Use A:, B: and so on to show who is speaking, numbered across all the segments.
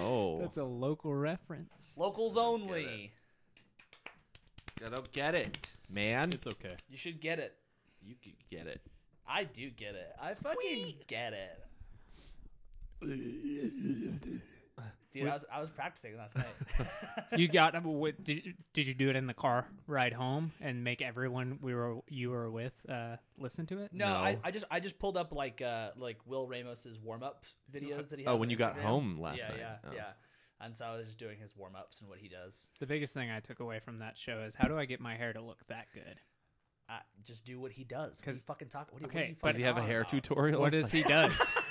A: It's a local reference.
B: Locals only.
C: I don't get it, man.
D: It's okay.
B: You should get it.
C: you can get it.
B: I do get it. I fucking get it. Dude, I was, I was practicing last night.
A: You got what, did, did you do it in the car ride home and make everyone we were you were with uh, listen to it?
B: No, I,
C: No.
B: I just I just pulled up like uh like Will Ramos's warm up videos that he
C: Oh,
B: has
C: when
B: on
C: you got
B: Instagram.
C: home last
B: yeah,
C: night.
B: Yeah,
C: Oh.
B: yeah. And so I was just doing his warm ups and what he does.
A: The biggest thing I took away from that show is how do I get my hair to look that good?
B: I just do what he does. What do you
A: 'Cause-
B: fucking talk. What do you,
A: okay,
B: what do you
A: but-
C: Does he have a
B: fucking
C: hair
B: talk about?
C: tutorial?
A: What is he does?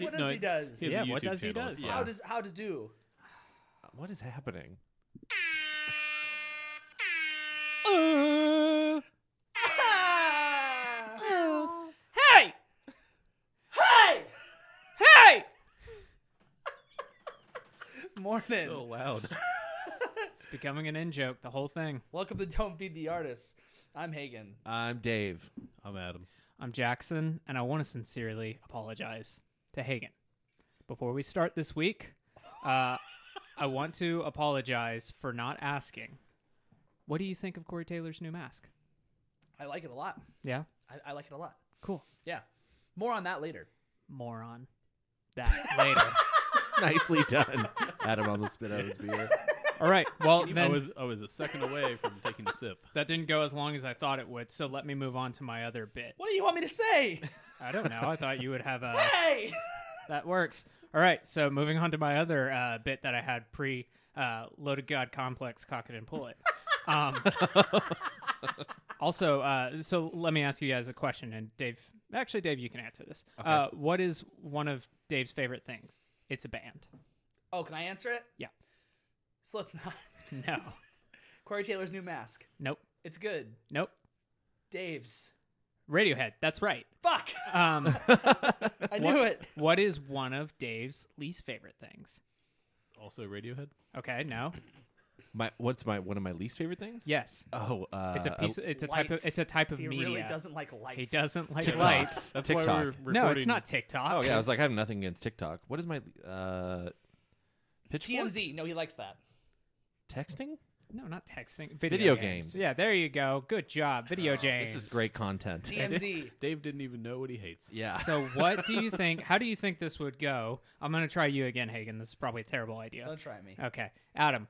B: What does
D: No,
B: he
D: it-
B: does?
D: he has a
A: Yeah, what
D: YouTube
A: does he
D: channel.
A: does?
D: Yeah.
B: How does how does do?
C: What is happening?
B: Hey! Hey! Hey! Morning.
D: so loud.
A: it's becoming an in joke. The whole thing.
B: Welcome to Don't Feed the Artist. I'm Hagen.
C: I'm Dave.
D: I'm Adam.
A: I'm Jackson, and I want to sincerely apologize to Hagen. Before we start this week, uh, I want to apologize for not asking. What do you think of Corey Taylor's new mask?
B: I like it a lot.
A: Yeah,
B: I, I like it a lot.
A: cool.
B: Yeah. More on that later.
A: Moron. That later.
C: Nicely done. Adam almost spit out his beer.
A: All right. Well,
D: I
A: then
D: was I was a second away from taking a sip.
A: that didn't go as long as I thought it would. So let me move on to my other bit.
B: What do you want me to say?
A: I don't know. I thought you would have a.
B: hey!
A: that works. All right. So moving on to my other uh, bit that I had pre uh, loaded god complex cock it and pull it. Um, also, uh, so let me ask you guys a question, and Dave, actually, Dave, you can answer this. Uh, what is one of Dave's favorite things? It's a band.
B: Oh, can I answer it?
A: Yeah.
B: Slipknot.
A: No.
B: Corey Taylor's new mask.
A: nope.
B: It's good.
A: Nope.
B: Dave's.
A: Radiohead. That's right.
B: Fuck!
A: Um,
B: I knew it.
A: what is one of Dave's least favorite things?
D: Also Radiohead.
A: Okay. No.
C: My what's my one of my least favorite things?
A: Yes.
C: Oh, uh,
A: It's a piece. It's a type of.
B: Lights.
A: It's a type of
B: he
A: media.
B: really doesn't like lights.
A: He doesn't like
C: TikTok.
A: lights.
D: That's why
C: TikTok.
D: we're recording.
A: No, it's not TikTok.
C: Oh yeah, I was like, I have nothing against TikTok. What is my uh, pitchfork?
B: TMZ. No, he likes that.
C: Texting?
A: no, not texting. Video,
C: Video
A: games.
C: games. Oh,
A: Yeah, there you go. Good job, video games.
C: This is great content.
B: TMZ.
D: Dave didn't even know what he hates.
C: Yeah.
A: So, what do you think? How do you think this would go? I'm gonna try you again, Hagen. This is probably a terrible idea.
B: Don't try me.
A: Okay, Adam.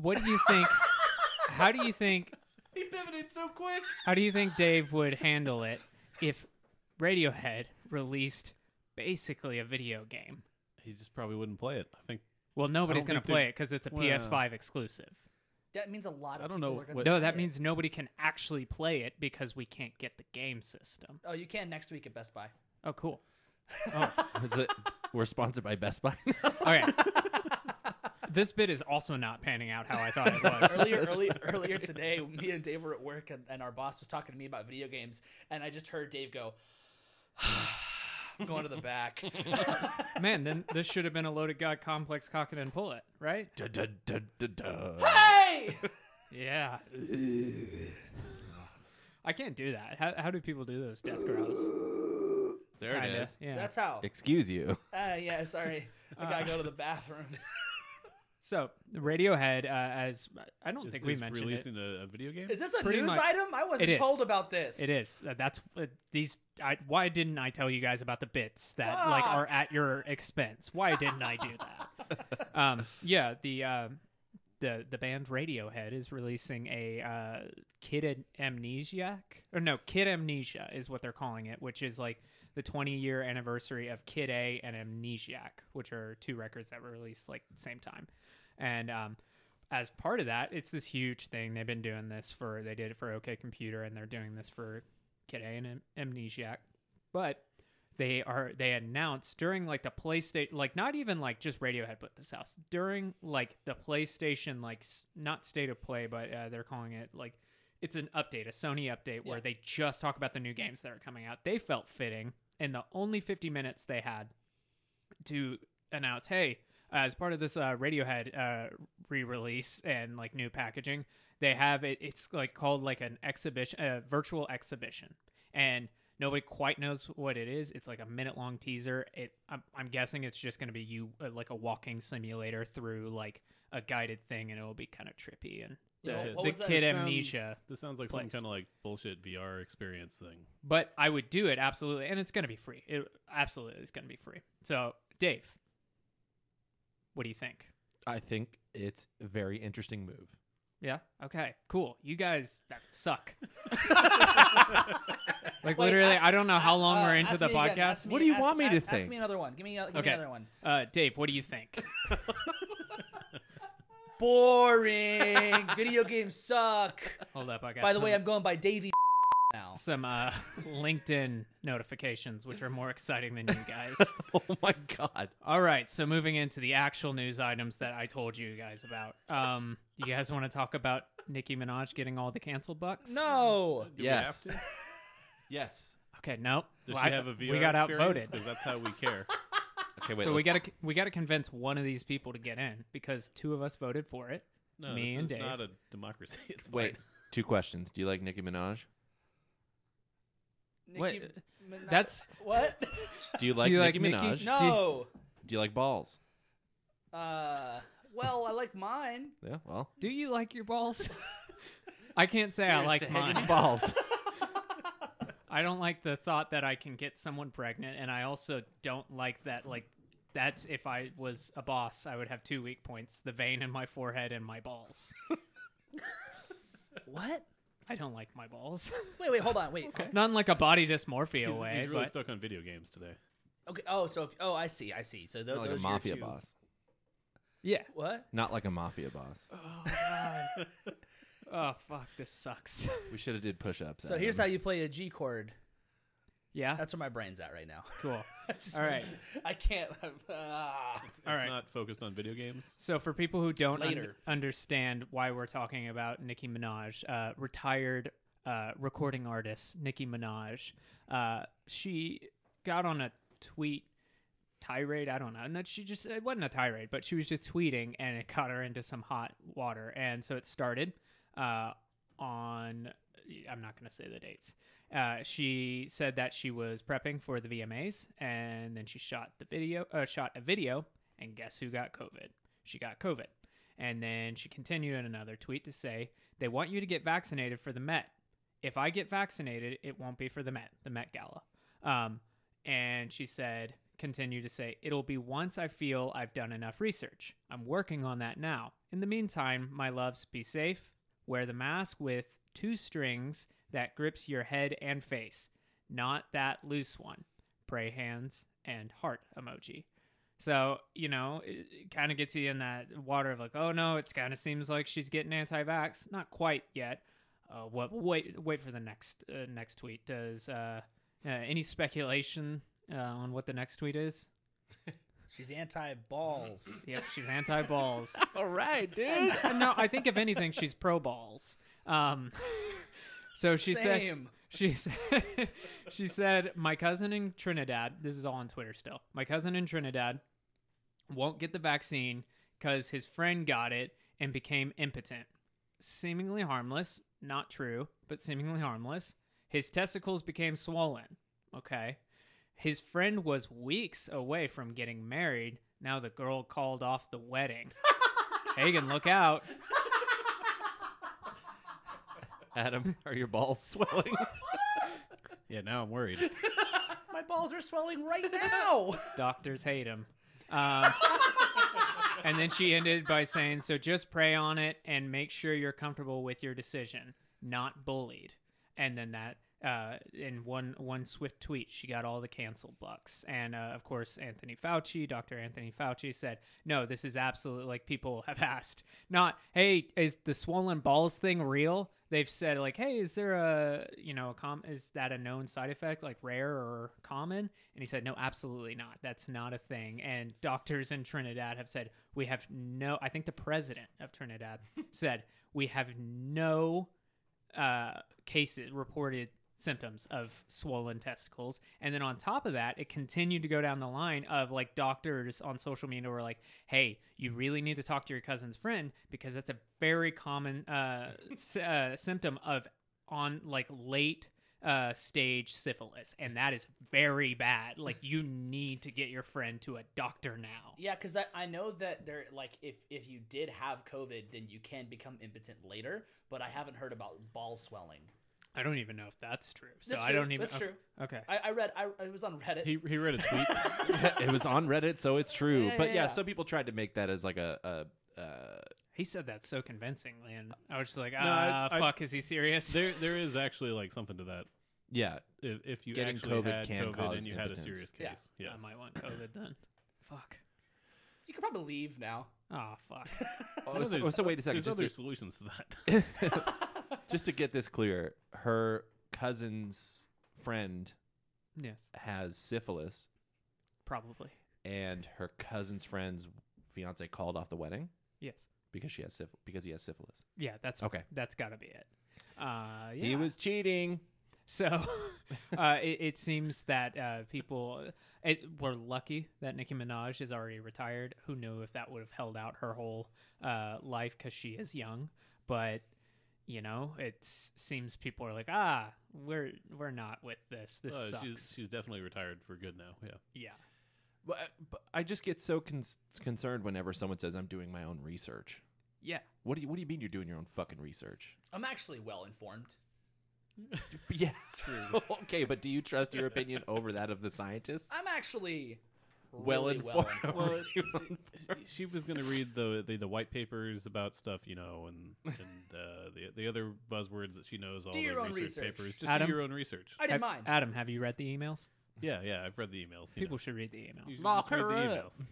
A: What do you think? how do you think?
B: He pivoted so quick.
A: How do you think Dave would handle it if Radiohead released basically a video game?
D: He just probably wouldn't play it. I think
A: Well, nobody's gonna
D: think they-
A: play it because it's a
D: Well-
A: PS5 exclusive. Uh,
B: That means a lot of
D: I don't
B: people
D: know
B: are gonna
D: what-
A: No,
B: play
A: that
B: it.
A: means nobody can actually play it because we can't get the game system.
B: Oh, you can next week at Best Buy.
A: Oh, cool.
C: Oh, Is it- we're sponsored by Best Buy.
A: Okay. this bit is also not panning out how I thought it was.
B: earlier, earlier, earlier today, me and Dave were at work, and, and our boss was talking to me about video games, and I just heard Dave go, "I'm "Going to the back."
A: Man, then this should have been a loaded god complex cock it and pull it, right?
C: Duh, duh, duh, duh, duh.
B: hey,
A: Yeah. I can't do that. How, how do people do those death growls?
C: There it
A: Kinda,
C: is.
A: Yeah.
B: that's how.
C: Excuse you.
B: Uh, yeah, sorry, I gotta go to the
A: Uh.
B: bathroom.
A: so Radiohead, uh, as I don't
D: is,
A: think we
D: is
A: mentioned it.
D: releasing A, a video game.
B: Is this a
A: Pretty
B: news
A: much.
B: item? I
A: It
B: wasn't
A: is.
B: told about this.
A: It is. Uh, That's uh, these. I, why didn't I tell you guys about the bits that like are at your expense? Why didn't I do that? um, yeah, the uh, the the band Radiohead is releasing a uh, Kid Am- Amnesiac or no Kid Amnesia is what they're calling it, which is like the 20 year anniversary of Kid A and Amnesiac, which are two records that were released like the same time, and um, as part of that, it's this huge thing. They've been doing this for they did it for OK Computer, and they're doing this for Kid A and Am- Amnesiac. But they are they announced during like the PlayStation, like not even like just Radiohead put this out during like the PlayStation, like s- not State of Play, but uh, they're calling it like it's an update, a Sony update where they just talk about the new games that are coming out. They felt fitting in the only 50 minutes they had to announce, hey, as part of this uh, Radiohead uh, re-release and like new packaging, they have it. It's like called like an exhibition, a virtual exhibition, uh, and Nobody quite knows what it is. It's like a minute long teaser. It I'm, I'm guessing it's just going to be you uh, like a walking simulator through like a guided thing, and it will be kind of trippy. And
B: Yeah,
A: the,
B: what- what
A: the
B: was that?
A: kid
D: This
A: amnesia.
D: sounds- This sounds like some
A: place.
D: kind of like bullshit VR experience thing.
A: But I would do it absolutely, and it's going to be free. It absolutely is going to be free. So Dave, what do you think?
C: I think it's a very interesting move.
A: Yeah. Okay. Cool. You guys that suck. Like
B: Wait,
A: literally,
B: ask-
A: I don't know how long
B: uh,
A: we're into
B: ask
A: the
B: me again,
A: podcast.
B: ask me-
C: What do you
B: ask-
C: want me to
B: ask- Ask
C: think?
B: me another one. Give me, give me
A: Okay.
B: another one.
A: Uh, Dave, what do you think?
B: Boring. Video games suck.
A: Hold up, I got.
B: By the
A: some,
B: way, I'm going by Davey now.
A: some uh, LinkedIn notifications, which are more exciting than you guys.
C: oh my god.
A: All right, so moving into the actual news items that I told you guys about. Um, you guys want to talk about Nicki Minaj getting all the canceled bucks?
B: No.
D: Do
C: Yes.
D: We have to?
C: Yes.
A: Okay, no.
D: Does
A: Well,
D: she
A: I-
D: have a VR
A: We got outvoted.
D: Because that's how we care.
C: Okay, wait.
A: so we
C: let's-
A: gotta we gotta convince one of these people to get in because two of us voted for it.
D: No,
A: Me
D: this
A: and
D: is
A: Dave.
D: not a democracy. It's fine.
C: wait. Two questions. Do you like Nicki Minaj?
A: What?
B: Nicki Minaj-
A: That's
B: what?
C: Do you like
A: you like
C: Nicki
A: Nicki?
C: Minaj?
A: No.
B: no.
C: Do you like balls?
B: Uh, well, I like mine.
C: Yeah. Well.
A: do you like your balls? I can't say I
C: Cheers to
A: like
C: Hagen's
A: mine.
C: balls.
A: I don't like the thought that I can get someone pregnant, and I also don't like that. Like, that's if I was a boss, I would have two weak points: the vein in my forehead and my balls.
B: What?
A: I don't like my balls.
B: Wait, wait, hold on, wait.
A: Not in like a body dysmorphia
D: He's,
A: way,
D: he's really
A: but
D: stuck on video games today.
B: Okay. Oh, so if, oh, I see, I see. So tho-
C: Not like a
B: those are your
C: mafia
B: two-
C: boss.
A: yeah.
B: What?
C: Not like a mafia boss.
A: Oh fuck, this sucks.
C: We should have did push-ups.
B: So here's how you play a G chord.
A: yeah,
B: That's where my brain's at right now.
A: cool.
B: I just-
A: Ah. All right.
B: I can't. ah.
D: It's
A: All right.
D: not focused on video games.
A: So for people who don't un-
B: Later.
A: understand why we're talking about Nicki Minaj, uh, retired uh, recording artist Nicki Minaj, uh, she got on a tweet tirade. I don't know. No, she just it wasn't a tirade, but she was just tweeting, and it got her into some hot water. And so it started uh, on. I'm not going to say the dates. Uh, she said that she was prepping for the VMAs, and then she shot the video, uh, shot a video, and guess who got COVID? She got COVID. And then she continued in another tweet to say, "They want you to get vaccinated for the Met. If I get vaccinated, it won't be for the Met, the Met Gala." Um, and she said, continue to say, it'll be once I feel I've done enough research. I'm working on that now. In the meantime, my loves, be safe. Wear the mask with two strings that grips your head and face, not that loose one. Pray hands and heart emoji. So, you know, it, kind of gets you in that water of like, oh no, it's kind of seems like she's getting anti vax. Not quite yet. Uh, what, wait, wait for the next, uh, next tweet. Does, uh, uh, any speculation uh, on what the next tweet is?
B: She's anti balls.
A: Yep, she's anti balls.
C: All right, dude.
A: no, I think if anything, she's pro balls. Um, so she said
B: Same.
A: she said she said my cousin in Trinidad. This is all on Twitter still. My cousin in Trinidad won't get the vaccine because his friend got it and became impotent. Seemingly harmless, not true, but seemingly harmless. His testicles became swollen. Okay. His friend was weeks away from getting married. Now the girl called off the wedding. Hagen, look out.
C: Adam, are your balls swelling?
D: Yeah, now I'm worried.
B: My balls are swelling right now.
A: Doctors hate him. Um, and then she ended by saying, "So just pray on it and make sure you're comfortable with your decision, not bullied." And then that, uh, in one one swift tweet, she got all the cancel bucks. And uh, of course, Anthony Fauci, Dr. Anthony Fauci, said, "No, this is absolutely like people have asked. Not, hey, is the swollen balls thing real?" They've said like, "Hey, is there a you know a com- is that a known side effect like rare or common?" And he said, "No, absolutely not. That's not a thing." And doctors in Trinidad have said, "We have no." I think the president of Trinidad said, "We have no uh, cases reported symptoms of swollen testicles. And then on top of that, it continued to go down the line of like doctors on social media were like, hey, you really need to talk to your cousin's friend because that's a very common uh, s- uh, symptom of on like late uh, stage syphilis, and that is very bad. Like you need to get your friend to a doctor now.
B: Yeah, because that I know that there like if if you did have COVID, then you can become impotent later. But I haven't heard about ball swelling.
A: I don't even know if that's true. So
B: That's
A: I
B: true.
A: don't even.
B: That's true.
A: Okay.
B: I, I read. I, I was on Reddit.
D: He, he read a tweet.
C: it was on Reddit, so it's true.
B: Yeah,
C: but
B: yeah,
C: yeah,
B: yeah.
C: some people tried to make that as like a, a uh,
A: He said that so convincingly, and I was just like, ah,
D: I- I-
A: fuck, is he serious?
D: there there is actually like something to that.
C: yeah.
D: If, if you
C: Getting
D: actually
C: COVID
D: had
C: can
D: COVID
C: cause
D: and you
C: impotence.
D: had a serious
B: Yeah.
D: case, yeah.
A: I might want COVID then. Fuck.
B: You could probably leave now.
A: Oh, fuck.
D: I know
C: Oh, so,
D: there's-
C: so wait a second.
D: There's
C: Just
D: other
C: to,
D: solutions to that.
C: just to get this clear, her cousin's friend
A: yes,
C: has syphilis,
A: probably.
C: and her cousin's friend's fiance called off the wedding
A: Yes.
C: because she has syph- because he has syphilis.
A: Yeah, that's
C: Okay.
A: That's got to be it. Uh, yeah.
C: He was cheating.
A: So uh, it, it seems that uh, people it, were lucky that Nicki Minaj is already retired. Who knew if that would have held out her whole uh, life because she is young. But you know, it seems people are like, ah, we're we're not with this. This
D: Uh,
A: sucks.
D: she's she's definitely retired for good now. Yeah.
A: Yeah,
C: But but I just get so con- concerned whenever someone says I'm doing my own research.
A: yeah.
C: What do you What do you mean you're doing your own fucking research?
B: I'm actually well informed.
C: Yeah, true. okay, but do you trust your opinion over that of the scientists?
B: I'm actually
C: well
B: really
C: informed.
B: Well
D: Well,
C: Well informed.
D: Uh, she was going to read the, the the white papers about stuff, you know, and and uh, the the other buzzwords that she knows. All
B: Do
D: the
B: your own
D: research,
B: research.
D: papers. Just
A: Adam?
D: do your own research.
B: I did
A: Have-
B: mine.
A: Adam, have you read the emails?
D: Yeah, yeah. I've read the emails. you
A: People
D: know.
A: should read the
D: You
A: emails.
D: should just
C: Lock
D: read the
C: her up.
D: emails.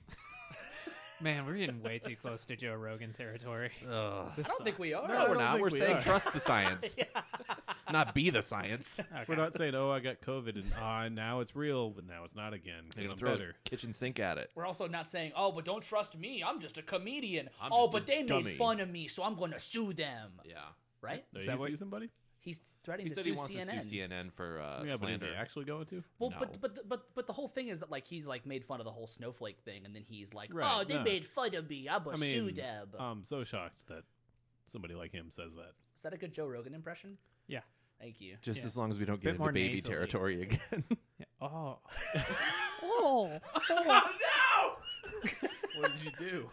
A: Man, we're getting way too close to Joe Rogan territory.
B: I don't think we are.
C: No, we're
D: don't
C: not.
D: think
C: We're
D: we
C: saying
D: are.
C: trust the science, not be the science.
D: We're not saying, oh, I got COVID and ah, now it's real, but now it's not again.
C: They're
D: i
C: gonna throw
D: better.
C: a kitchen sink at it.
B: We're also not saying, oh, but don't trust me. I'm just a comedian.
C: I'm
B: oh,
C: just a
B: but they
C: dummy."
B: made fun of me, so I'm going to sue them.
C: Yeah,
B: Right?
D: Did
A: Is that
D: he
A: what-
D: sue somebody?
B: He's threatening
C: he
B: to
C: said
B: sue
C: he wants
B: CNN.
C: to sue CNN for uh,
D: yeah, but is
C: slander.
D: he actually going to?
B: Well,
C: No.
B: but but the- but but the whole thing is that like he's like made fun of the whole snowflake thing, and then he's like,
D: Right,
B: "Oh, they
D: no.
B: made fun of me. I'm a
D: I
B: sue
D: mean, uh,
B: them."
D: I'm so shocked that somebody like him says that.
B: is that a good Joe Rogan impression?
A: Yeah.
B: Thank you.
C: Just
A: Yeah.
C: as long as we don't
A: Bit
C: get into
A: more
C: baby
A: nasally.
C: territory again.
A: Yeah. Oh,
B: Oh,
D: What did you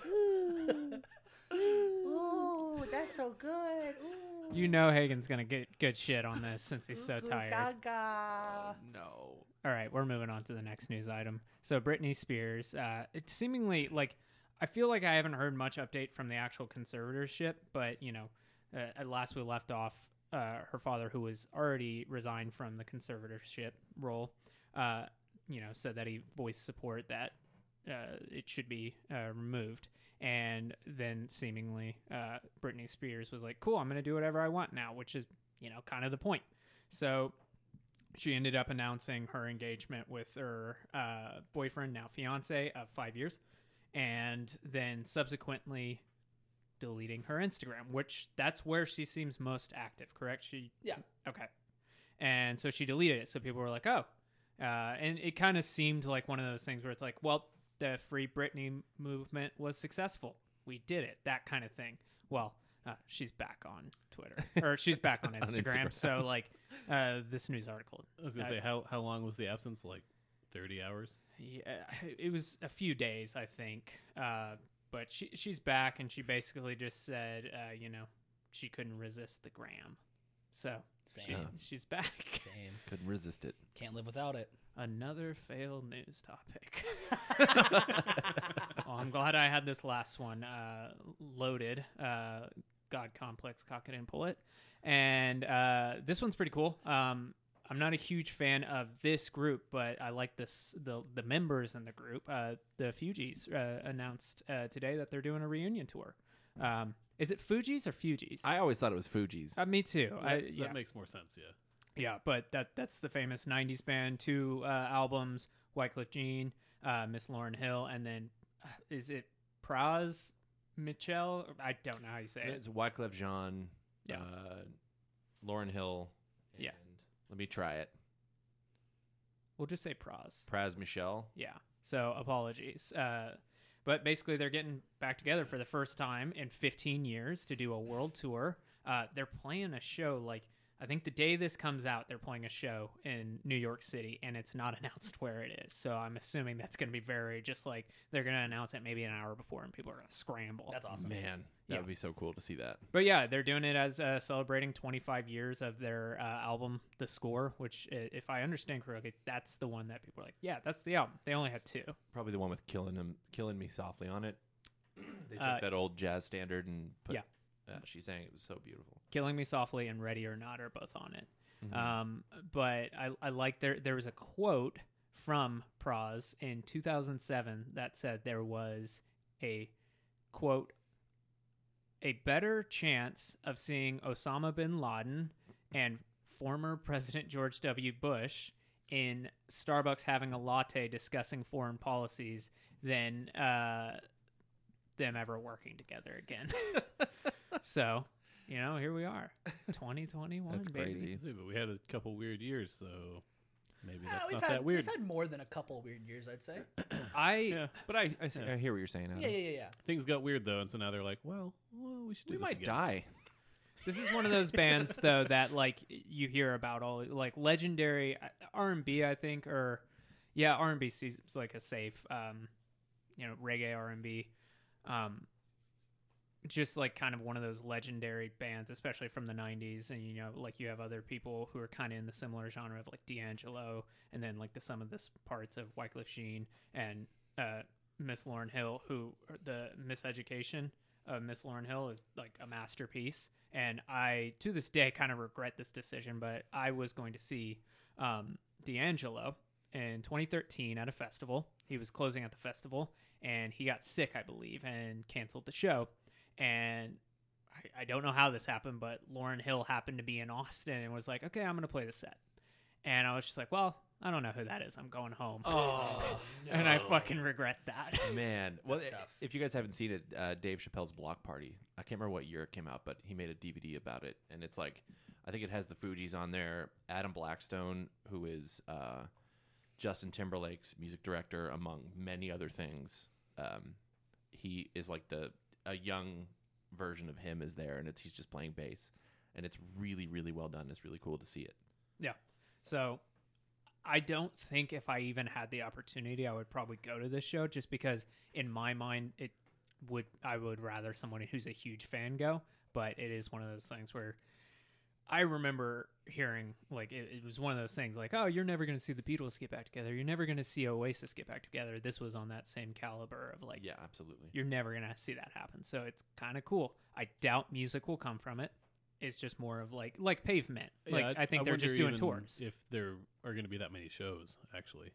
D: do?
B: Ooh, that's so good.
A: you know Hagen's gonna get good shit on this since he's so tired.
C: no.
A: All right, we're moving on to the next news item. So Britney Spears, uh, it's seemingly like I feel like I haven't heard much update from the actual conservatorship, but you know, uh, at last we left off uh, her father, who was already resigned from the conservatorship role, uh, you know, said that he voiced support that uh, it should be uh, removed. And then seemingly uh, Britney Spears was like, cool, I'm going to do whatever I want now, which is, you know, kind of the point. So she ended up announcing her engagement with her uh, boyfriend, now fiance, of five years, and then subsequently deleting her Instagram, which that's where she seems most active, correct? She
B: Yeah.
A: okay, and so she deleted it, so people were like, oh, uh, and it kind of seemed like one of those things where it's like, well, the Free Britney movement was successful, we did it, that kind of thing. Well. Uh, she's back on Twitter, or she's back on Instagram.
C: Instagram.
A: so, like, uh, this news article
D: I was gonna
A: I-
D: say how how long was the absence? Like thirty hours.
A: yeah, it was a few days, I think. Uh, but she she's back, and she basically just said, uh, you know, she couldn't resist the gram, so
B: Same.
A: she, she's back.
B: Same.
C: Couldn't resist it.
B: Can't live without it.
A: Another failed news topic. well, Oh, I'm glad I had this last one uh, loaded. Uh, God complex, cock it and pull it. And uh, this one's pretty cool. Um, I'm not a huge fan of this group, but I like this the the members in the group. Uh, the Fugees uh, announced uh, today that they're doing a reunion tour. Um, is it Fugees or Fugees?
C: I always thought it was Fuji's.
A: uh, me too. I,
D: that,
A: yeah.
D: that makes more sense. Yeah.
A: Yeah, but that that's the famous '90s band. Two uh, albums: Wyclef Jean, uh, Miss Lauren Hill, and then uh, is it Praz Mitchell? I don't know how you say it.
C: It's Wyclef Jean,
A: Yeah.
C: uh, Lauren Hill.
A: Yeah.
C: and- Let me try it.
A: We'll just say Praz.
C: Praz Michelle.
A: Yeah. So apologies. Uh, but basically, they're getting back together for the first time in 15 years to do a world tour. Uh, they're playing a show like I think the day this comes out, they're playing a show in New York City, and it's not announced where it is. So I'm assuming that's going to be very just like they're going to announce it maybe an hour before, and people are going to scramble.
B: That's awesome.
C: Man, that
A: Yeah.
C: would be so cool to see that.
A: But yeah, they're doing it as uh, celebrating 25 years of their uh, album, The Score, which, i- if I understand correctly, that's the one that people are like, yeah, that's the album. They only had two.
C: Probably the one with killing him, killing me softly on it. they took
A: Uh,
C: that old jazz standard and put.
A: yeah.
C: uh, she sang it was so beautiful.
A: Killing Me Softly and Ready or Not are both on it.
C: Mhm.
A: Um, but I, I like there there was a quote from Praz in 2007 that said there was a quote a better chance of seeing Osama bin Laden and former President George W. Bush in Starbucks having a latte discussing foreign policies than uh, them ever working together again. so, you know, here we are, 2021.
C: That's
A: baby.
C: crazy.
D: See, but we had a couple weird years, so maybe
B: Ah,
D: that's
B: we've
D: not
B: had
D: that weird.
B: we've had more than a couple weird years, I'd say.
A: I
D: yeah,
C: But I, I, see-
D: Yeah.
C: I hear what you're saying. Adam.
B: Yeah, yeah, yeah, yeah.
D: things got weird though, and so now they're like, well, well we should do
C: We
D: this
C: might
D: again.
C: die.
A: this is one of those bands though that like you hear about all like legendary uh, R&B I think or yeah R&B seems like a safe um you know reggae R&B um just like kind of one of those legendary bands especially from the 90s and you know like you have other people who are kind of in the similar genre of like D'Angelo and then like the sum of the s- parts of Wycliffe Jean and uh Miss Lauren Hill who the miseducation uh, Miss Lauren Hill is like a masterpiece. And I, to this day, kind of regret this decision, but I was going to see um, D'Angelo in 2013 at a festival. He was closing at the festival and he got sick, I believe, and canceled the show. And I, I don't know how this happened, but Lauren Hill happened to be in Austin and was like, okay, I'm going to play the set. And I was just like, well, I don't know who that is. I'm going home.
C: Oh,
A: And I fucking regret that.
C: Man, well,
B: That's
C: i-
B: tough.
C: if you guys haven't seen it, uh, Dave Chappelle's Block Party. I can't remember what year it came out, but he made a DVD about it, and it's like, I think it has the Fugees on there. Adam Blackstone, who is uh, Justin Timberlake's music director, among many other things, um, he is like the a young version of him is there, and it's he's just playing bass, and it's really really well done. It's really cool to see it.
A: So I don't think if I even had the opportunity, I would probably go to this show just because in my mind it would I would rather someone who's a huge fan go, but it is one of those things where I remember hearing like it, it was one of those things like oh you're never going to see the Beatles get back together, you're never going to see Oasis get back together. This was on that same caliber of like
C: yeah, absolutely.
A: you're never gonna see that happen. So it's kind of cool. I doubt music will come from it. It's just more of like like pavement.
D: Yeah,
A: like I, think they're
D: wonder
A: just doing
D: even
A: tours.
D: If there are going to be that many shows, actually,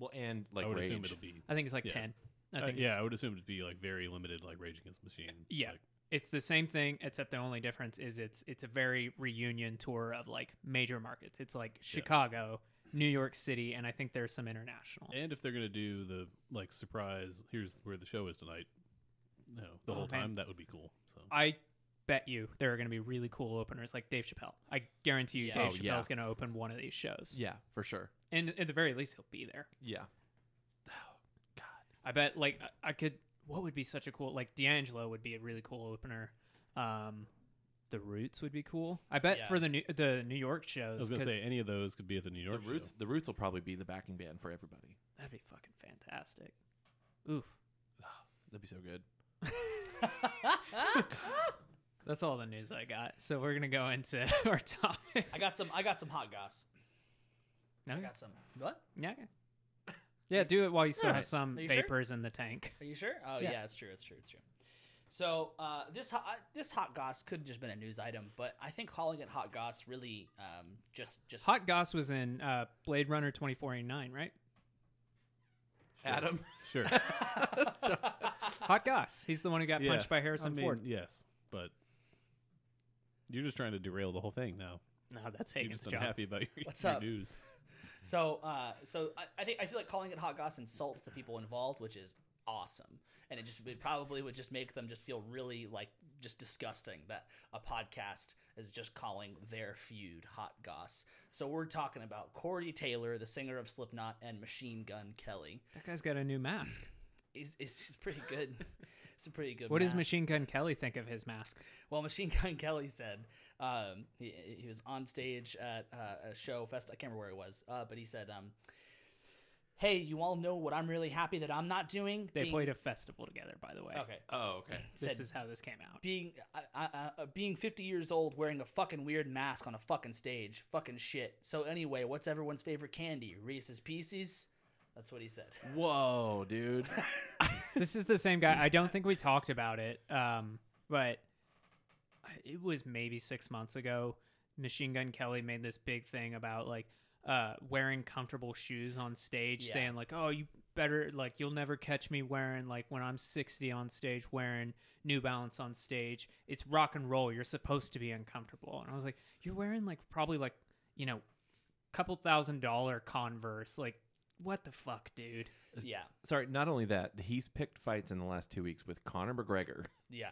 C: Well, and like
D: I would assume
C: Rage.
D: it'll be.
A: I think it's like
D: Yeah.
A: ten. I
D: uh,
A: think
D: yeah,
A: it's,
D: I would assume it'd be like very limited, like Rage Against the Machine.
A: Yeah.
D: like,
A: it's the same thing, except the only difference is it's it's a very reunion tour of like major markets. It's like Chicago, New York City, and I think there's some international.
D: and if they're going to do the like surprise, here's where the show is tonight. You know, the
A: Oh,
D: whole
A: man.
D: time that would be cool. So
A: I bet you there are gonna be really cool openers like Dave Chappelle. I guarantee you
B: Yeah.
A: Dave
C: Oh,
A: Chappelle's
C: yeah.
A: gonna open one of these shows.
C: yeah, for sure.
A: And at the very least he'll be there.
C: Yeah.
A: I bet like I- I could. What would be such a cool like D'Angelo would be a really cool opener. Um, the Roots would be cool. I bet
B: Yeah.
A: for the new the New York
D: I
A: shows.
D: was going to
A: 'cause
D: say any of those could be at the New York
C: the roots,
D: show.
C: the roots will probably be the backing band for everybody.
A: that'd be fucking fantastic. Oof,
C: That'd be so good.
A: that's all the news I got. So we're gonna go into our topic.
B: I got some I got some hot goss. I
A: Okay.
B: got some. What?
A: Yeah, okay. yeah. Do it while you still
C: All
A: have
C: right.
A: some
B: Are you sure?
A: vapors in the tank.
B: Are you sure? Oh
A: Yeah.
B: yeah, it's true. It's true. It's true. So uh, this hot, this hot goss could have just been a news item, but I think calling it hot goss really um, just just
A: Hot Goss was in uh, Blade Runner twenty forty nine, right?
D: Sure.
C: Adam.
D: Sure.
A: Hot Goss. He's the one who got
D: Yeah.
A: punched by Harrison
D: I mean,
A: Ford.
D: Yes, but you're just trying to derail the whole thing now.
A: No, that's
D: you're
A: Hagen's
D: just
A: job.
D: unhappy about your,
B: What's
D: your
B: up?
D: news.
B: So, uh, so I, I think I feel like calling it hot goss insults the people involved, which is awesome, and it just it probably would just make them just feel really like just disgusting that a podcast is just calling their feud hot goss. So we're talking about Corey Taylor, the singer of Slipknot, and Machine Gun Kelly.
A: That guy's got a new mask.
B: Is is pretty good. It's a pretty good.
A: What does
B: mask.
A: Machine Gun Kelly think of his mask?
B: Well, Machine Gun Kelly said um, he, he was on stage at uh, a show fest. I can't remember where it was, uh, but he said, um, "Hey, you all know what I'm really happy that I'm not doing."
A: They
B: Being-
A: played a festival together, by the way.
B: Okay.
C: Oh, okay.
A: This
B: Said-
A: is how this came out.
B: Being I, I, I, being 50 years old, wearing a fucking weird mask on a fucking stage, fucking shit. So anyway, what's everyone's favorite candy? Reese's Pieces. That's what he said.
C: Whoa, dude.
A: this is the same guy. I don't think we talked about it, um, but it was maybe six months ago. Machine Gun Kelly made this big thing about like uh, wearing comfortable shoes on stage,
B: Yeah.
A: saying like, "Oh, you better like you'll never catch me wearing like when I'm 60 on stage wearing New Balance on stage. It's rock and roll. You're supposed to be uncomfortable." And I was like, "You're wearing like probably like you know, couple thousand dollar Converse. Like, what the fuck, dude."
B: Yeah,
C: Sorry, not only that, he's picked fights in the last two weeks with Conor McGregor.
B: yeah.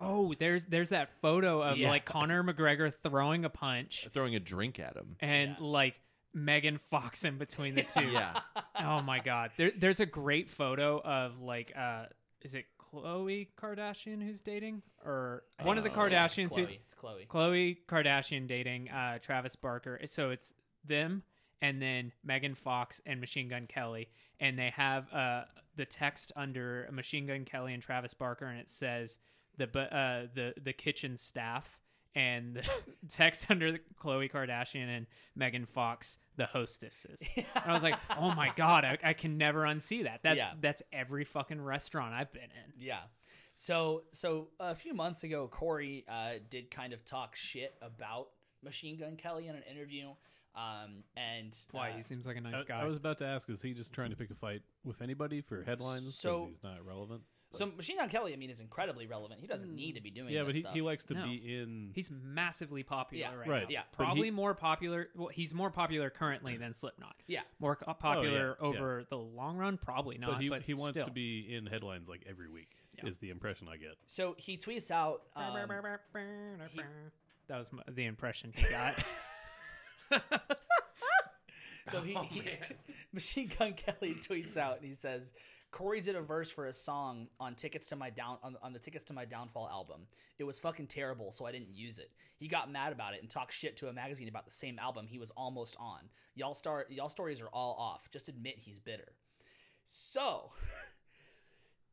A: Oh, there's there's that photo of
C: Yeah.
A: like Conor McGregor throwing a punch
C: Throwing a drink at him.
A: and
B: Yeah.
A: like Megan Fox in between the two.
C: Yeah.
A: Oh my god. There, there's a great photo of like uh is it Chloe Kardashian who's dating or one of the
C: think so, yeah,
A: Kardashians
B: Oh, It's
A: who
B: Chloe. It's Chloe.
A: Chloe Kardashian dating uh Travis Barker. So it's them and then Megan Fox and Machine Gun Kelly and they have uh the text under Machine Gun Kelly and Travis Barker and it says the bu- uh the the kitchen staff and the text under the Chloe Kardashian and Megan Fox the hostesses. And I was like, "Oh my god, I, I can never unsee that. That's
B: Yeah.
A: that's every fucking restaurant I've been in."
B: Yeah. So so a few months ago, Corey uh, did kind of talk shit about Machine Gun Kelly in an interview, um, and
A: Why?
B: uh,
A: he seems like a nice
D: I,
A: guy.
D: I was about to ask: Is he just trying to pick a fight with anybody for headlines? because
B: So-
D: he's not relevant.
B: so Machine Gun Kelly, I mean, is incredibly relevant. He doesn't need to be doing.
D: Mm. yeah,
B: this
D: but he,
B: stuff.
D: he likes to
A: No.
D: be in.
A: He's massively popular
B: Yeah,
A: right,
D: right.
A: now.
B: Yeah.
D: But he-
A: probably more popular. Well, he's more popular currently than Slipknot.
B: Yeah.
A: More co- popular
D: Oh, yeah.
A: over the long run, probably not.
D: but he he
A: still.
D: wants to be in headlines like every week. Is the impression I get.
B: So he tweets out. Um,
A: that was my, the impression he got.
B: so he, he Machine Gun Kelly tweets out and he says. Corey did a verse for a song on tickets to my down on, on the tickets to my downfall album. It was fucking terrible, so I didn't use it. He got mad about it and talked shit to a magazine about the same album he was almost on. Y'all star y'all stories are all off. Just admit he's bitter. So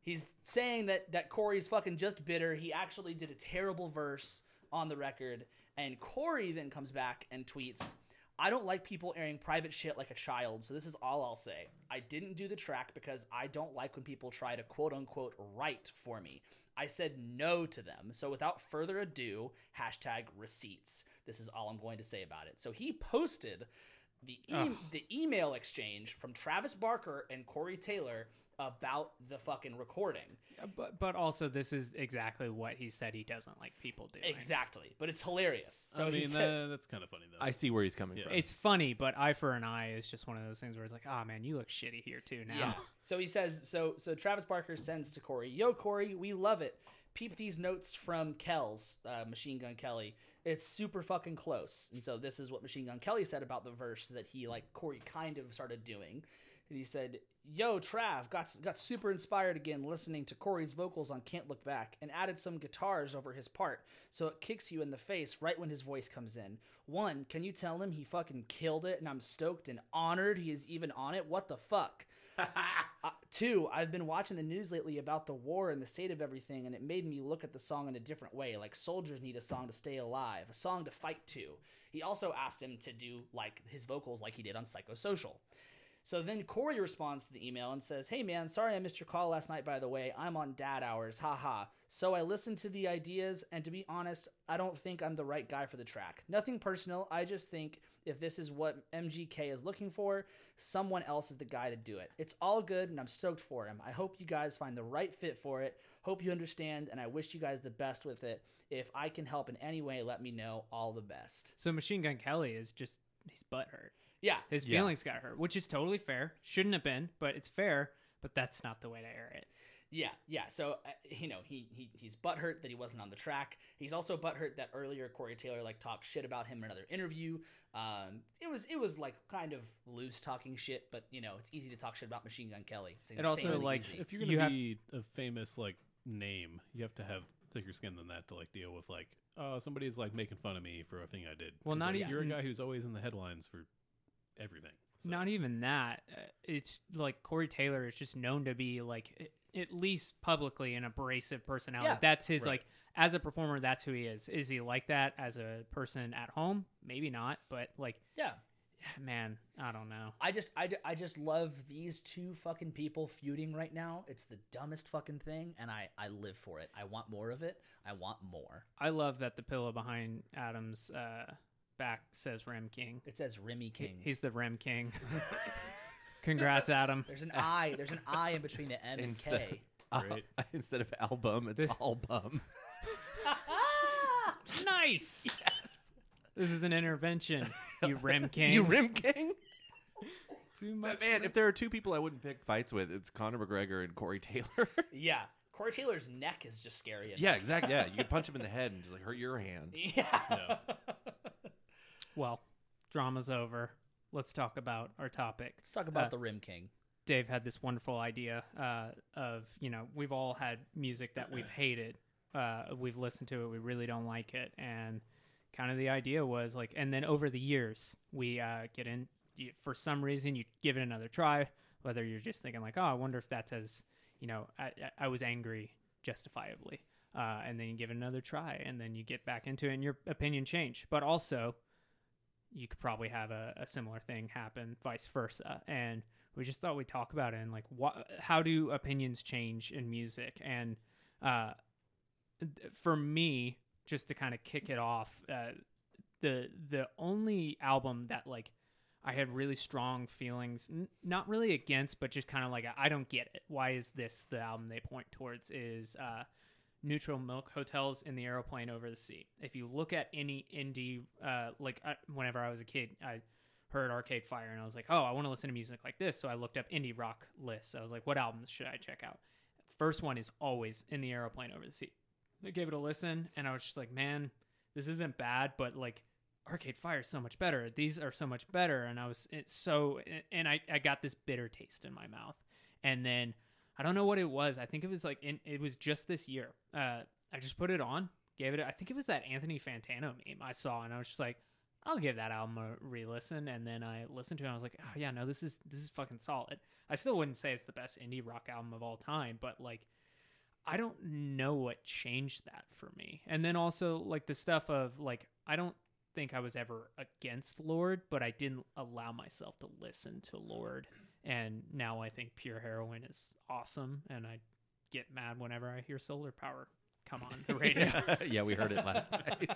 B: he's saying that that Corey's fucking just bitter. He actually did a terrible verse on the record, and Corey then comes back and tweets. I don't like people airing private shit like a child, so this is all I'll say. I didn't do the track because I don't like when people try to quote unquote write for me. I said no to them. So without further ado, hashtag receipts. This is all I'm going to say about it. So he posted the e-
A: Ugh.
B: the email exchange from Travis Barker and Corey Taylor about the fucking recording.
A: but but also this is exactly what he said he doesn't like people doing.
B: Exactly, but it's hilarious. So
D: I
B: he
D: mean,
B: said,
D: uh, that's kind of funny though.
C: I see where he's coming
D: Yeah.
C: from.
A: It's funny, but eye for an eye is just one of those things where it's like, oh man, you look shitty here too now.
B: yeah. So he says, so so Travis Barker sends to Corey, "Yo, Corey, we love it. Peep these notes from Kells, uh, Machine Gun Kelly. It's super fucking close." And so this is what Machine Gun Kelly said about the verse that he like Corey kind of started doing. And he said, "Yo, Trav, got got super inspired again listening to Corey's vocals on Can't Look Back, and added some guitars over his part, so it kicks you in the face right when his voice comes in. One, can you tell him he fucking killed it, and I'm stoked and honored he is even on it. What the fuck? Uh, two, I've been watching the news lately about the war and the state of everything, and it made me look at the song in a different way. Like soldiers need a song to stay alive, a song to fight to. He also asked him to do like his vocals, like he did on Psychosocial. So then Corey responds to the email and says, Hey man, sorry I missed your call last night, by the way. I'm on dad hours, haha. So I listened to the ideas, and to be honest, I don't think I'm the right guy for the track. Nothing personal, I just think if this is what MGK is looking for, someone else is the guy to do it. It's all good, and I'm stoked for him. I hope you guys find the right fit for it. Hope you understand, and I wish you guys the best with it. If I can help in any way, let me know. All the best.
A: So Machine Gun Kelly is just he's butthurt.
B: Yeah.
A: His
C: Yeah.
A: feelings got hurt, which is totally fair. Shouldn't have been, but it's fair. But that's not the way to air it.
B: Yeah, yeah. So uh, you know, he, he he's butthurt that he wasn't on the track. He's also butthurt that earlier Corey Taylor like talked shit about him in another interview. Um, it was it was like kind of loose talking shit, but you know, it's easy to talk shit about Machine Gun Kelly. It's
A: It also,
B: insanely
A: like,
B: easy.
D: if you're gonna
A: You have-
D: be a famous like name. You have to have thicker skin than that to like deal with like oh somebody's like making fun of me for a thing I did.
A: Well,
D: 'Cause,
A: not
D: like,
A: even-
D: you're a guy who's always in the headlines for everything. So,
A: Not even that. Uh, It's like Corey Taylor is just known to be like a- at least publicly an abrasive personality.
B: Yeah.
A: That's his
D: Right.
A: like as a performer. That's who he is. Is he like that as a person at home? Maybe not. But like,
B: Yeah.
A: man, I don't know.
B: I just I, ju- I just love these two fucking people feuding right now. It's the dumbest fucking thing and I I live for it. I want more of it. I want more.
A: I love that the pillow behind Adam's uh, back says Rem King.
B: It says Remy
A: He-
B: King.
A: He's the Rem King. Congrats, Adam.
B: there's an I. There's an I in between the M and
C: Instead-
B: K.
D: Right.
C: Al- Uh, instead of album, it's
A: This-
C: album.
A: nice. This is an intervention. You Rem King.
C: You Rim King?
A: too
C: But man, if there are two people I wouldn't pick fights with, it's Conor McGregor and Corey Taylor.
B: Yeah. Corey Taylor's neck is just scary. enough.
C: yeah, exactly. Yeah, you could punch him in the head and just like hurt your hand.
B: Yeah.
A: Well, drama's over. Let's talk about our topic.
B: Let's talk about
A: Uh,
B: the Rim King.
A: Dave had this wonderful idea uh, of, you know, we've all had music that we've hated. Uh, we've listened to it. We really don't like it. And kind of the idea was like, and then over the years, we uh, get in, you, for some reason, you give it another try, whether you're just thinking, like, oh, I wonder if that's as, you know, I, I- I was angry justifiably. Uh, and then you give it another try, and then you get back into it, and your opinion change. But also, you could probably have a, a similar thing happen, vice versa. And we just thought we'd talk about it and like what how do opinions change in music and uh th- for me just to kind of kick it off uh the the only album that like i had really strong feelings n- not really against but just kind of like i don't get it why is this the album they point towards is uh neutral milk hotels in the aeroplane over the sea if you look at any indie uh like I, whenever i was a kid i heard Arcade Fire and I was like, oh, I want to listen to music like this. So I looked up indie rock lists. I was like, what albums should I check out? First one is always In the Aeroplane Over the Sea. I gave it a listen and I was just like, man, this isn't bad, but like Arcade Fire is so much better. These are so much better. And I was it's so, and I, I got this bitter taste in my mouth. And then I don't know what it was. I think it was like, in, it was just this year. Uh, I just put it on, gave it, a- I think it was that Anthony Fantano meme I saw and I was just like, I'll give that album a re-listen, and then I listened to it. and I was like, oh yeah, no, this is this is fucking solid. I still wouldn't say it's the best indie rock album of all time, but like, I don't know what changed that for me. And then also like the stuff of like, I don't think I was ever against Lord, but I didn't allow myself to listen to Lord, and now I think Pure Heroin is awesome, and I get mad whenever I hear Solar Power come on the radio.
C: yeah, we heard it last night.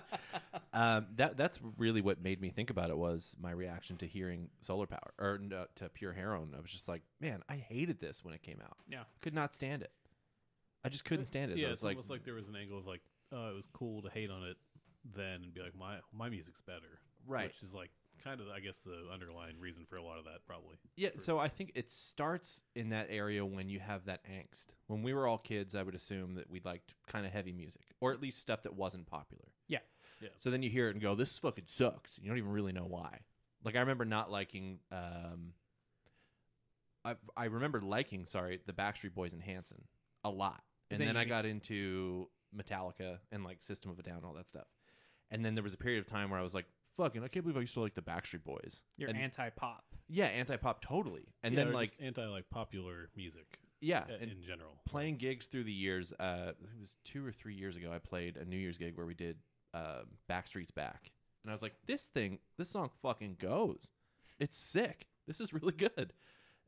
C: Um, that that's really what made me think about it was my reaction to hearing Solar Power or no, to Pure Heroin. I was just like, man, I hated this when it came out.
A: Yeah.
C: could not stand it. I just couldn't stand it.
D: yeah,
C: so
D: it's
C: it's like,
D: almost like there was an angle of like oh it was cool to hate on it then and be like my my music's better.
C: Right.
D: Which is like kind of I guess the underlying reason for a lot of that probably.
C: Yeah, so I think it starts in that area when you have that angst. When we were all kids, I would assume that we liked kind of heavy music, or at least stuff that wasn't popular.
A: Yeah.
D: Yeah.
C: So then you hear it and go, "This fucking sucks." You don't even really know why. Like I remember not liking. Um, I I remember liking, sorry, the Backstreet Boys and Hanson a lot, and
A: then
C: then
A: you
C: I
A: be-
C: got into Metallica and like System of a Down, all that stuff. And then there was a period of time where I was like, "Fucking, I can't believe I used to like the Backstreet Boys."
A: You're
C: and,
A: anti-pop.
C: yeah, anti pop totally. And
D: Yeah,
C: then
D: or
C: like
D: just anti like popular music
C: yeah,
D: uh,
C: and
D: in general.
C: playing gigs through the years. Uh, it was two or three years ago. I played a New Year's gig where we did uh, Backstreet's Back, and I was like, "This thing, this song fucking goes. It's sick. This is really good."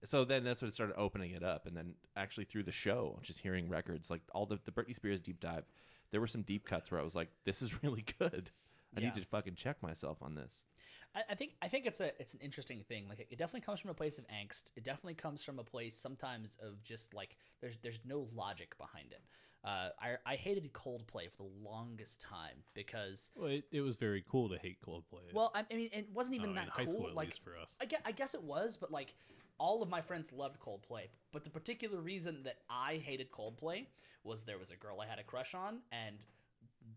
C: So then that's what started opening it up, and then actually through the show, just hearing records like all the the Britney Spears deep dive. There were some deep cuts where I was like, "This is really good. I
B: Yeah.
C: need to fucking check myself on this."
B: I, I think I think it's a it's an interesting thing. Like it, it definitely comes from a place of angst. It definitely comes from a place sometimes of just like there's there's no logic behind it. Uh, I I hated Coldplay for the longest time because
D: Well, it, it was very cool to hate Coldplay.
B: well I, I mean it wasn't
D: uh,
B: even
D: in
B: that
D: high
B: cool.
D: school at
B: like
D: least for us.
B: I guess, I guess it was, but like all of my friends loved Coldplay. But the particular reason that I hated Coldplay was there was a girl I had a crush on, and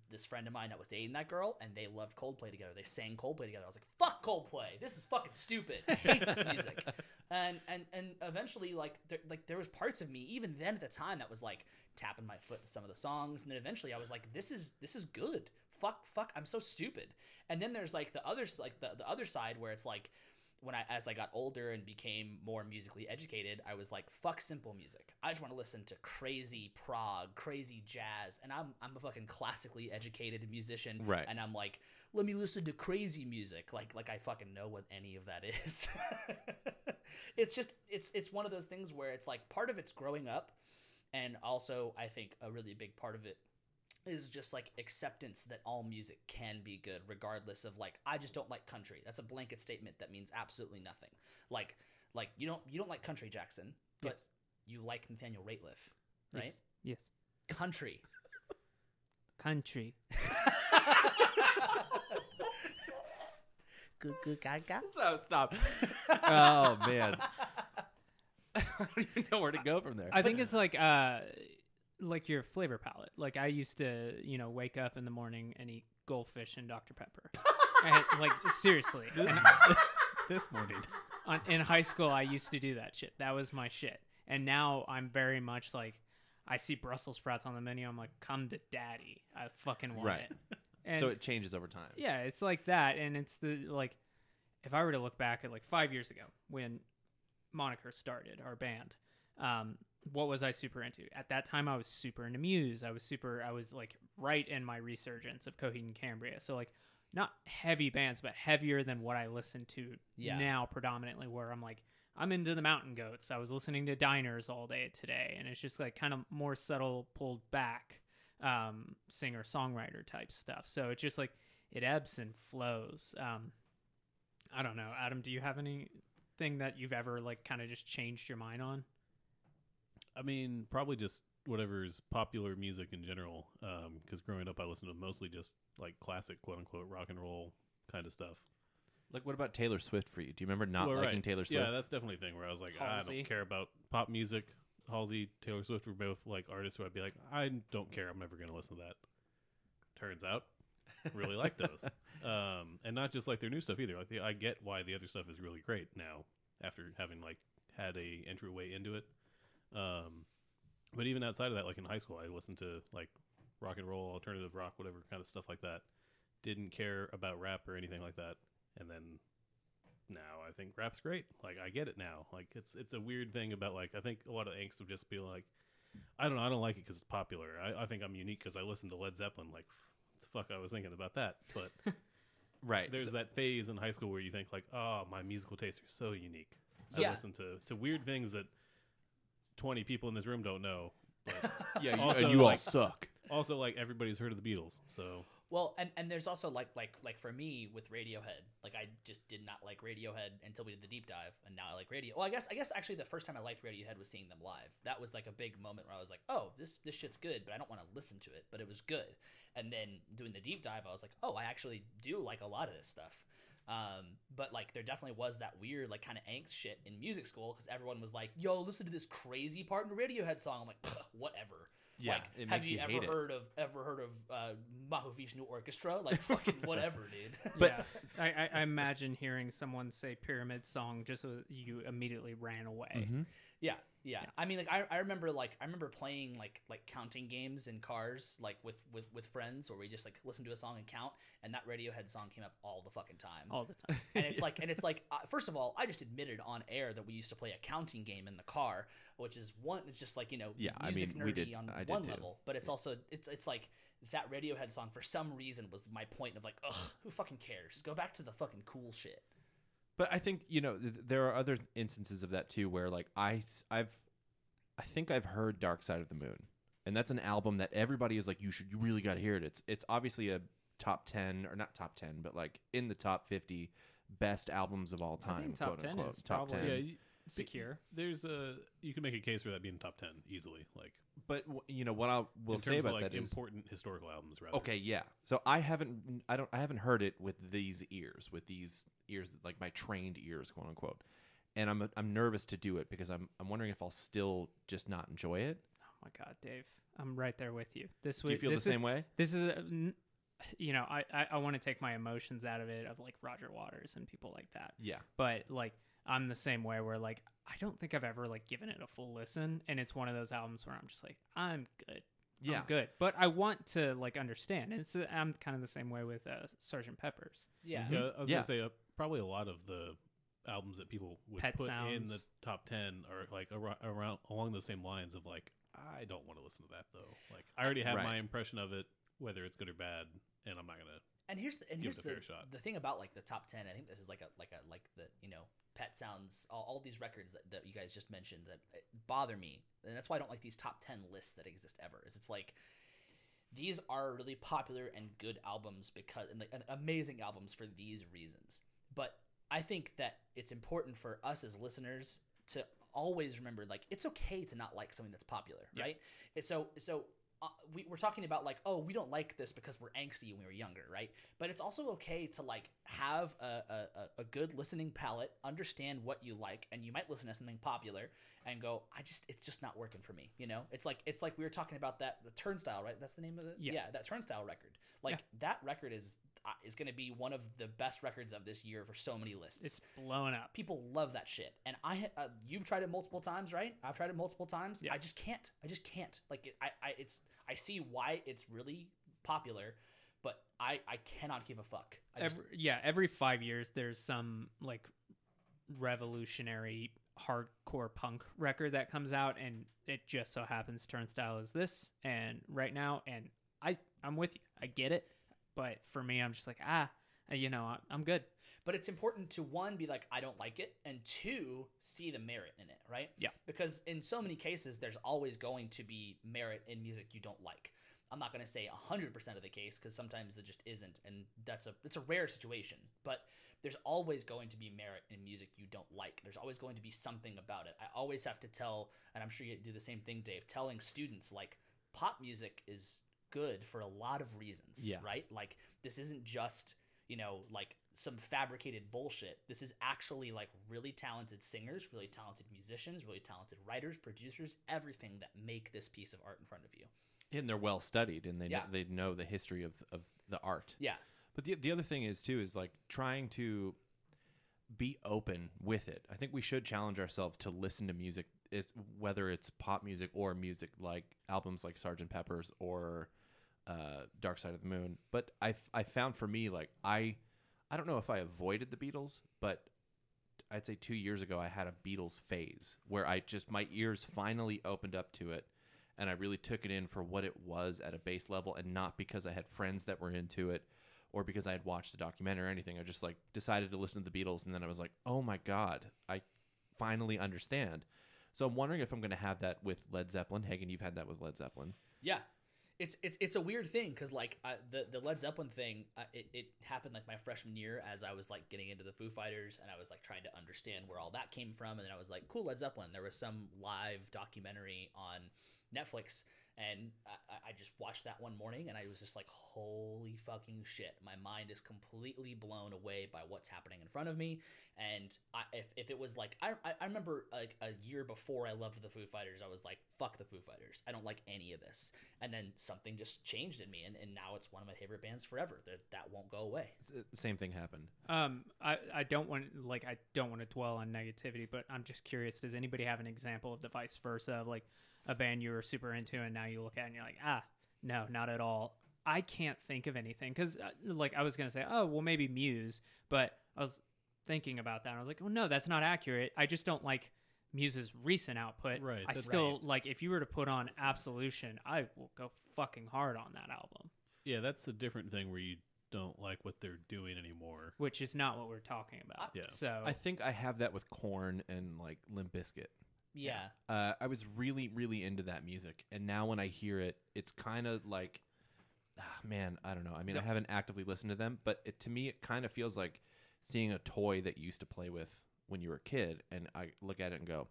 B: this friend of mine that was dating that girl, and they loved Coldplay together. They sang Coldplay together. I was like, "Fuck Coldplay! This is fucking stupid. I hate this music." And and and eventually, like there, like there was parts of me even then at the time that was like tapping my foot to some of the songs, and then eventually I was like, "This is this is good. Fuck, fuck. I'm so stupid." And then there's like the other s- like the, the other side where it's like when I as I got older and became more musically educated, I was like, fuck simple music. I just want to listen to crazy prog, crazy jazz, and I'm I'm a fucking classically educated musician.
C: Right.
B: And I'm like, let me listen to crazy music. Like like I fucking know what any of that is. it's just it's it's one of those things where it's like part of it's growing up and also I think a really big part of it is just like acceptance that all music can be good regardless of like I just don't like country. That's a blanket statement that means absolutely nothing. Like like you don't you don't like country Jackson, but
A: Yes.
B: you like Nathaniel Rateliff, right?
A: Yes.
B: Country.
A: Country.
B: Good good gaga.
C: No, stop. oh man, I don't even know where to go from there.
A: I think it's like uh like your flavor palette. Like I used to, you know, wake up in the morning and eat goldfish and Dr. Pepper. I had, like seriously. And
D: this morning.
A: on, in high school I used to do that shit. That was my shit. And now I'm very much like I see Brussels sprouts on the menu. I'm like, come to daddy. I fucking want
C: Right.
A: it. And
C: so it changes over time.
A: yeah, it's like that. And it's the like, if I were to look back at like five years ago when Moniker started our band, um, what was I super into? At that time, I was super into Muse. I was super, I was like right in my resurgence of Coheed and Cambria. So, like, not heavy bands, but heavier than what I listen to
B: Yeah.
A: now, predominantly, where I'm like, I'm into the Mountain Goats. I was listening to Diners all day today, and it's just like kind of more subtle, pulled back um, singer songwriter type stuff. So it's just like it ebbs and flows. Um, I don't know, Adam. Do you have anything that you've ever like kind of just changed your mind on?
D: I mean, probably just whatever's popular music in general. Because growing up, I listened to mostly just like classic, quote unquote, rock and roll kind of stuff.
C: Like, what about Taylor Swift for you? Do you remember not
D: Well,
C: liking
D: right.
C: Taylor Swift?
D: Yeah, that's definitely a thing where I was like, I
A: Halsey.
D: don't care about pop music. Halsey, Taylor Swift were both like artists who I'd be like, I don't care. I'm never going to listen to that. Turns out, really like those, um, and not just like their new stuff either. Like, the, I get why the other stuff is really great now after having like had a entryway into it. Um, but even outside of that, like in high school, I listened to like rock and roll, alternative rock, whatever kind of stuff like that. Didn't care about rap or anything like that. And then now I think rap's great. Like I get it now. Like it's it's a weird thing about like I think a lot of angst would just be like, I don't know, I don't like it because it's popular. I, I think I'm unique because I listen to Led Zeppelin. Like f- the fuck, I was thinking about that. But
C: right.
D: there's
C: so-
D: that phase in high school where you think like, oh, my musical tastes are so unique. I
B: Yeah.
D: listen to to weird things that twenty people in this room don't know. But
C: yeah, you,
D: also,
C: and you all
D: like-
C: suck.
D: also, like everybody's heard of the Beatles, so
B: Well, and and there's also like like like for me with Radiohead, like I just did not like Radiohead until we did the deep dive, and now I like Radio. Well, I guess I guess actually the first time I liked Radiohead was seeing them live. That was like a big moment where I was like, oh, this this shit's good, but I don't want to listen to it, but it was good. And then doing the deep dive, I was like, oh, I actually do like a lot of this stuff. Um, but like there definitely was that weird like kind of angst shit in music school because everyone was like, yo, listen to this crazy part in the Radiohead song. I'm like, whatever.
C: Yeah,
B: like,
C: it
B: have
C: makes
B: you,
C: you
B: ever
C: hate it.
B: heard of ever heard of uh, Mahavishnu Orchestra? Like fucking whatever, dude.
A: But yeah, I, I, I imagine hearing someone say Pyramid Song just so you immediately ran away.
C: Mm-hmm.
B: Yeah, yeah. I mean, like I, I remember like I remember playing like like counting games in cars like with with with friends where we just like listen to a song and count, and that Radiohead song came up all the fucking time.
A: all the time.
B: And it's like, and it's like, uh, first of all, I just admitted on air that we used to play a counting game in the car, which is one. It's just like you know,
C: Yeah, I
B: music
C: mean,
B: nerdy
C: we did-
B: on
C: I did
B: one
C: too.
B: level, but it's also it's it's like that Radiohead song for some reason was my point of like, ugh, who fucking cares? Go back to the fucking cool shit.
C: But I think you know th- there are other instances of that too, where like I s- I've I think I've heard Dark Side of the Moon, and that's an album that everybody is like, you should you really got to hear it. It's it's obviously a top ten or not top ten, but like in the top fifty best albums of all time.
A: I think top
C: quote
A: ten
C: unquote.
A: is
C: top
A: probably
C: ten.
D: yeah, you-
A: secure.
D: there's a you can make a case for that being top ten easily. Like
C: But w- you know what I will
D: in
C: say
D: terms
C: about
D: of like
C: that is
D: important historical albums, rather.
C: okay, yeah. So I haven't I don't I haven't heard it with these ears, with these ears like my trained ears, quote unquote. And I'm I'm nervous to do it because I'm I'm wondering if I'll still just not enjoy it.
A: Oh my god, Dave. I'm right there with you. This
C: Do you
A: was
C: feel the
A: this is,
C: same way?
A: This is, a, n- you know, I I, I want to take my emotions out of it of like Roger Waters and people like that,
C: Yeah.
A: but like I'm the same way where like I don't think I've ever like given it a full listen, and it's one of those albums where I'm just like I'm good. I'm
C: Yeah.
A: good. But I want to like understand. And it's I'm kind of the same way with uh, Sergeant Pepper's.
B: Yeah.
D: Yeah, I was
C: Yeah.
D: gonna say uh, probably a lot of the albums that people would
A: Pet
D: put in the
A: Sounds.
D: top ten are like ar- around along those same lines of like I don't want to listen to that though. Like I already have
C: Right.
D: my impression of it, whether it's good or bad, and I'm not gonna.
B: And here's the and
D: Give
B: here's
D: it a
B: the,
D: fair shot.
B: the thing about like the top ten. I think this is like a like a like the you know pet sounds all, all these records that, that you guys just mentioned that uh, bother me, and that's why I don't like these top ten lists that exist ever. Is it's like these are really popular and good albums because and, like, and amazing albums for these reasons. But I think that it's important for us as listeners to always remember like it's okay to not like something that's popular,
A: Yeah.
B: right? And so so uh, we, we're talking about like oh we don't like this because we're angsty when we were younger, right? But it's also okay to like have a, a, a- a good listening palette, understand what you like, and you might listen to something popular and go, I just it's just not working for me. You know, it's like it's like we were talking about that the Turnstile, right? That's the name of it.
A: Yeah.
B: that Turnstile record. Like that record is uh, is going to be one of the best records of this year for so many lists.
A: It's blown up.
B: People love that shit, and I uh, you've tried it multiple times, right? I've tried it multiple times.
A: Yeah.
B: I just can't. I just can't. Like it, I, I it's I see why it's really popular, but I I cannot give a fuck. I just-
A: every, yeah, every five years there's some like revolutionary hardcore punk record that comes out, and it just so happens Turnstile is this, and right now, and I I'm with you, I get it, but for me, I'm just like ah, you know, I- I'm good.
B: But it's important to one be like I don't like it, and two see the merit in it, right?
A: Yeah.
B: Because in so many cases, there's always going to be merit in music you don't like. I'm not going to say 100% of the case because sometimes it just isn't, and that's a it's a rare situation. But there's always going to be merit in music you don't like. There's always going to be something about it. I always have to tell, and I'm sure you do the same thing, Dave, telling students like pop music is good for a lot of reasons,
C: Yeah.
B: right? Like this isn't just you know, like some fabricated bullshit. This is actually like really talented singers, really talented musicians, really talented writers, producers, everything that make this piece of art in front of you.
C: And they're well studied, and they
B: Yeah.
C: know, they know the history of of the art.
B: Yeah.
C: But the the other thing is too is like trying to be open with it. I think we should challenge ourselves to listen to music, is whether it's pop music or music like albums like Sgt. Pepper's or uh, Dark Side of the Moon. But I f- I found for me like I I don't know if I avoided the Beatles, but I'd say two years ago I had a Beatles phase where I just my ears finally opened up to it. And I really took it in for what it was at a base level, and not because I had friends that were into it or because I had watched a documentary or anything. I just like decided to listen to the Beatles, and then I was like, oh my god, I finally understand. So I'm wondering if I'm going to have that with Led Zeppelin. Hagen, you've had that with Led Zeppelin.
B: Yeah. It's, it's, it's a weird thing because like I, the the Led Zeppelin thing uh, it, it happened like my freshman year as I was like getting into the Foo Fighters and I was like trying to understand where all that came from and then I was like cool Led Zeppelin there was some live documentary on Netflix and I, I- I just watched that one morning and I was just like holy fucking shit my mind is completely blown away by what's happening in front of me and I, if, if it was like I, I- I remember like a year before I loved the Foo Fighters I was like fuck the Foo Fighters I don't like any of this and then something just changed in me and, and now it's one of my favorite bands forever that that won't go away
C: It's- it- The same thing happened.
A: Um, I, I don't want like I don't want to dwell on negativity, but I'm just curious. Does anybody have an example of the vice versa of like a band you were super into and now you look at it and you're like, ah, no, not at all. I can't think of anything because uh, like I was gonna say, oh well, maybe Muse, but I was thinking about that. And I was like, oh no, that's not accurate. I just don't like Muse's recent output.
D: Right,
A: I
D: that's-
A: still like if you were to put on Absolution, I will go fucking hard on that album,
D: Yeah, that's the different thing where you don't like what they're doing anymore.
A: which is not what we're talking about.
D: Yeah.
A: So
C: I think I have that with Corn and like Limp Bizkit.
B: yeah
C: Uh, I was really, really into that music, and now when I hear it, it's kind of like, ah, man, I don't know. I mean, I haven't actively listened to them, but it, to me, it kind of feels like seeing a toy that you used to play with when you were a kid, and I look at it and go,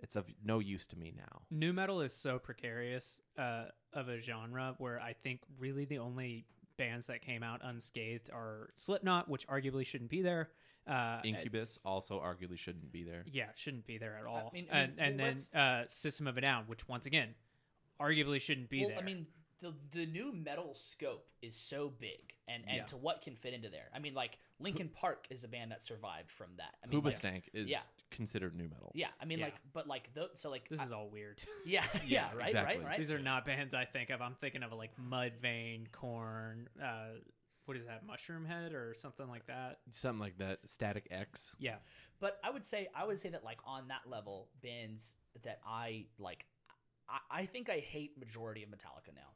C: it's of no use to me now.
A: new metal is so precarious uh, of a genre where I think really the only bands that came out unscathed are Slipknot, which arguably shouldn't be there. Uh,
C: Incubus also arguably shouldn't be there.
A: yeah, shouldn't be there at all.
B: mean- I
A: and
B: mean,
A: and
B: well,
A: then uh, System of a Down, which once again arguably shouldn't be
B: well,
A: there.
B: I mean, the the new metal scope is so big, and and
A: Yeah.
B: to what can fit into there. I mean, like Linkin Park is a band that survived from that. I mean, like,
C: Hoobastank is
B: yeah.
C: considered new metal.
B: yeah, I mean,
A: Yeah.
B: like, but like, tho- so like,
A: this
B: I-
A: is all weird.
B: yeah, yeah,
C: Yeah,
B: right,
C: exactly.
B: right, right.
A: These are not bands I think of. I'm thinking of like Mudvayne, Corn. Uh, what is that? Mushroom Head or something like that.
C: Something like that. Static X.
A: Yeah.
B: But I would say I would say that like on that level, bands that I like, I, I think I hate majority of Metallica now.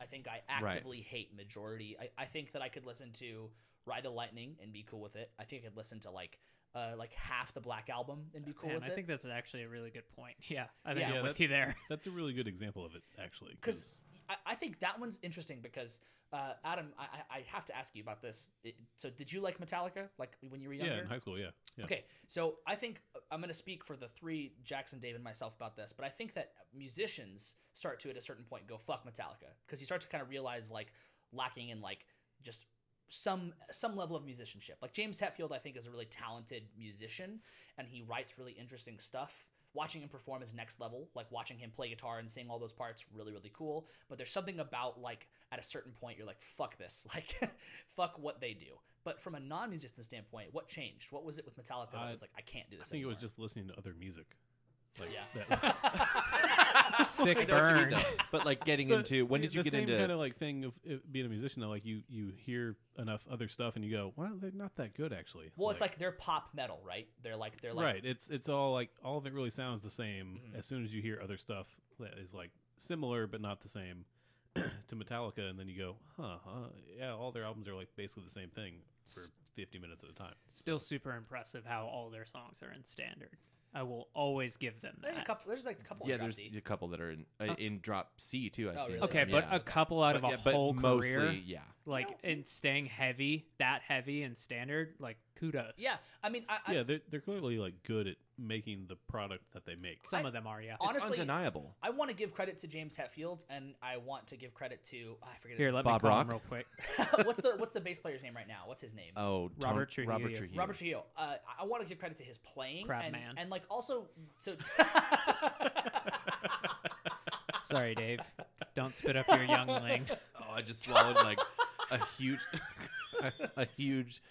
B: I think I
C: Right.
B: actively hate majority. I, I think that I could listen to Ride the Lightning and be cool with it. I think I could listen to like uh like half the Black Album and be cool
A: Man,
B: with
A: I
B: it.
A: think that's actually a really good point. Yeah, I think
B: Yeah.
A: I'm
D: Yeah,
A: with
D: that's-
A: you there.
D: That's a really good example of it, actually.
B: because I, I think that one's interesting because uh, Adam, I, I- I have to ask you about this. It- so, did you like Metallica like when you were younger?
D: yeah, in high school, yeah, yeah.
B: Okay, so I think I'm going to speak for the three Jackson, Dave, and myself about this, but I think that musicians start to at a certain point go fuck Metallica because you start to kind of realize like lacking in like just some some level of musicianship. Like James Hetfield, I think is a really talented musician and he writes really interesting stuff. Watching him perform is next level. Like watching him play guitar and sing all those parts, really, really cool. But there's something about like at a certain point, you're like, fuck this, like, fuck what they do. But from a non-musician standpoint, what changed? What was it with Metallica that
D: I-
B: was like, I can't do
D: I
B: this?
D: think it was
B: anymore?
D: just listening to other music. Like
B: Yeah.
D: that,
A: Sick
C: I know what you mean,
A: burn.
C: though. but like getting into when did you
D: the
C: get
D: same
C: into?
D: kind of like thing of it being a musician? Though, like you you hear enough other stuff and you go, well, they're not that good actually.
B: Well, it's like they're pop metal, right? They're like they're like Mm-hmm.
D: right. It's it's all like all of it really sounds the same. As soon as you hear other stuff that is like similar but not the same to Metallica, and then you go, huh, huh, yeah, all their albums are like basically the same thing for fifty minutes at a time.
A: Still super impressive how all their songs are in standard. I will always give them that.
B: There's a couple. There's like a couple.
C: yeah,
B: in drop
C: there's
B: D.
C: a couple that are in uh, in drop C too. I've
B: Oh,
C: seen.
B: really?
A: okay,
C: some,
A: but
C: yeah.
A: a couple out of
C: But
A: a
C: yeah, but
A: whole
C: mostly,
A: career,
C: Yeah,
A: like
B: No.
A: in staying heavy, that heavy and standard, like kudos.
B: Yeah, I mean, I, I
D: yeah, they're they're clearly like good at making the product that they make.
A: some
B: I-
A: of them are. Yeah.
C: it's
B: honestly,
C: undeniable.
B: I want to give credit to James Hetfield, and I want to give credit to ah, I forget
A: Here,
B: his
A: let
C: Bob
A: me call him
C: Rock?
A: real quick.
B: what's the what's the bass player's name right now? What's his name?
C: Oh, Tom-
A: Robert Trujillo.
C: Robert Trujillo.
B: Robert Trujillo. Uh, I- I want to give credit to his playing
A: Crab
B: and,
A: man.
B: and like also so.
A: Sorry, Dave. Don't spit up your youngling.
C: Oh, I just swallowed like a huge, a huge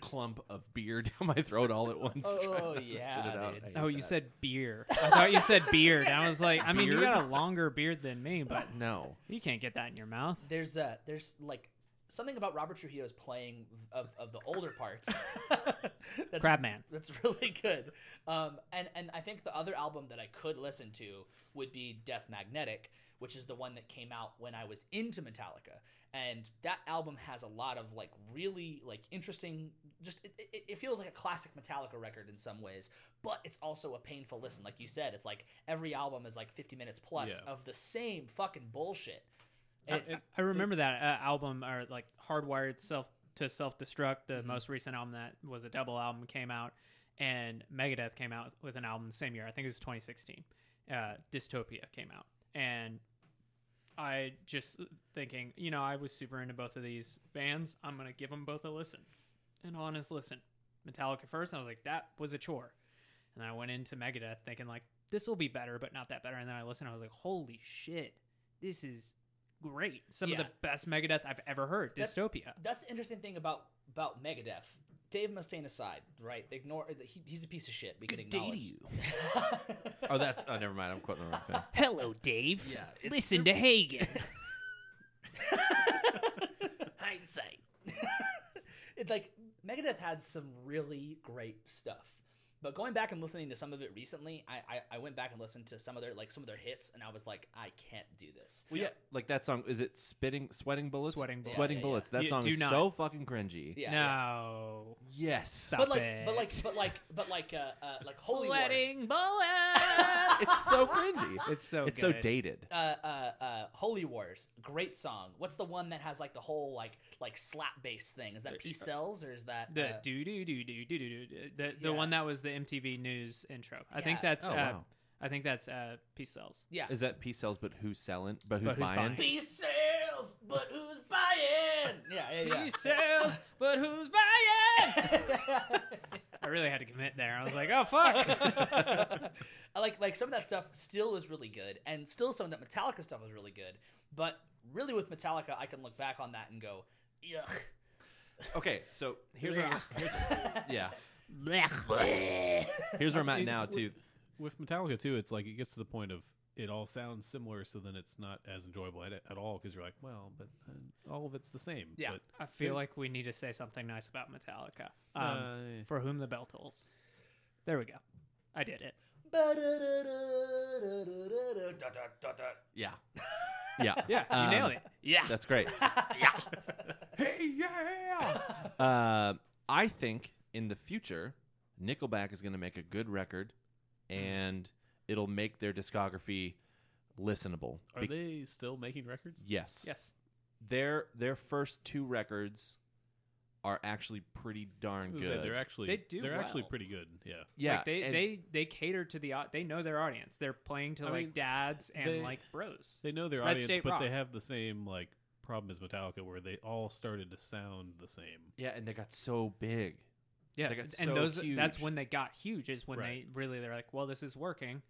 C: clump of beer down my throat all at once.
B: Oh,
C: trying not to
B: yeah,
C: spit it out.
B: dude.
C: I hate
A: Oh, you
C: that.
A: said beer. I thought you said beard. I was like, I mean, you got a
C: Beard?
A: longer beard than me, but
C: no.
A: you can't get that in your mouth.
B: there's uh there's like something about Robert Trujillo's playing of, of the older parts. that's
A: Crabman.
B: That's really good. Um, and and I think the other album that I could listen to would be Death Magnetic, which is the one that came out when I was into Metallica. And that album has a lot of like really like interesting. Just it, it, it feels like a classic Metallica record in some ways, but it's also a painful listen. Like you said, it's like every album is like 50 minutes plus
D: Yeah.
B: of the same fucking bullshit.
A: It's, I remember that uh, album, or like Hardwired Self to Self Destruct, the most recent album that was a double album came out, and Megadeth came out with an album the same year. I think it was 2016. Uh, Dystopia came out, and I just thinking, you know, I was super into both of these bands. I'm gonna give them both a listen, an honest listen. Metallica first, and I was like, that was a chore. And I went into Megadeth thinking like, this will be better, but not that better. And then I listened, I was like, holy shit, this is great. Some of
B: Yeah.
A: the best Megadeth I've ever heard.
B: That's-
A: Dystopia.
B: That's the interesting thing about about Megadeth. Dave Mustaine aside, right? Ignore he, he's a piece of shit. We can acknowledge.
C: Oh, that's. Oh, never mind. I'm quoting the wrong thing.
A: Hello, Dave.
C: Yeah, it's-
A: Listen to Hagen.
B: Hindsight. it's like Megadeth had some really great stuff. But going back and listening to some of it recently, I, I, I went back and listened to some of their like some of their hits, and I was like, I can't do this.
C: Well, yeah, like that song. Is it spitting, sweating bullets?
A: Sweating Bullets.
C: Sweating
B: Yeah, yeah,
C: bullets.
A: yeah.
C: That
A: You
C: song
A: do
C: is
A: not-
C: so fucking cringy.
B: Yeah, yeah.
A: no.
C: Yes.
A: Stop
B: But like,
A: it.
B: but like, but like, but like, uh, uh like Holy Wars.
A: Sweating bullets.
C: It's so cringy.
A: It's so
C: It's so
A: good.
C: dated.
B: uh, uh, uh, Holy Wars, great song. What's the one that has like the whole like like slap bass thing? Is that P Cells or is that
A: The
B: uh,
A: do do do do do do do the the
B: Yeah.
A: one that was the MTV News intro. I think
B: Yeah.
A: that's
C: Oh,
A: uh,
C: wow.
A: I think that's uh Peace Cells.
B: yeah
C: Is that P sells, but who's selling? But who's
A: But who's
C: buying?
A: buying?
B: P Cells? But who's buying? Yeah, yeah, yeah.
A: Peace Cells, but who's buying? really had to commit there. I was like, oh fuck.
B: I like like some of that stuff still is really good, and still some of that Metallica stuff is really good. But really, with Metallica, I can look back on that and go, yuck.
C: Okay, so here's where I'm, here's, yeah,
A: Blech.
C: here's where I'm at
D: It-
C: now
D: with-
C: too.
D: With Metallica too, it's like it gets to the point of it all sounds similar, so then it's not as enjoyable at, at all because you're like, well, but uh, all of it's the same.
B: Yeah.
D: But,
A: I feel like we need to say something nice about Metallica. Um,
D: Uh,
A: for whom the bell tolls. There we go. I did it.
C: Yeah, yeah,
A: Yeah, you
C: Um,
A: nailed it. Yeah.
C: That's great. yeah. Hey, yeah. Uh, I think in the future, Nickelback is going to make a good record, and it'll make their discography listenable.
D: are
C: Be-
D: they still making records?
C: Yes.
A: Yes.
C: Their their first two records are actually pretty darn
D: I was
C: good.
D: gonna say, They're actually
A: They do
D: They're actually
A: well.
D: pretty good. Yeah.
C: yeah.
A: Like they,
C: and-
A: they they cater to the au- they know their audience. They're playing to
D: I
A: like
D: mean,
A: dads and
D: they-
A: like bros.
D: They know their
A: Red
D: audience,
A: State
D: but they
A: Rock.
D: have the same like problem as Metallica, where they all started to sound the same.
C: yeah, and they got so big.
A: yeah.
C: they got
A: And
C: so
A: those that's
C: huge.
A: when they got huge is when
D: Right.
A: they really they're like, well, this is working.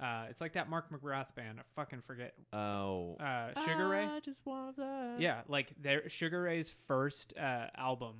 A: Uh, it's like that Mark McGrath band. I fucking forget.
C: Oh.
A: Uh, Sugar Ray.
C: I just want that.
A: Yeah, like their Sugar Ray's first uh, album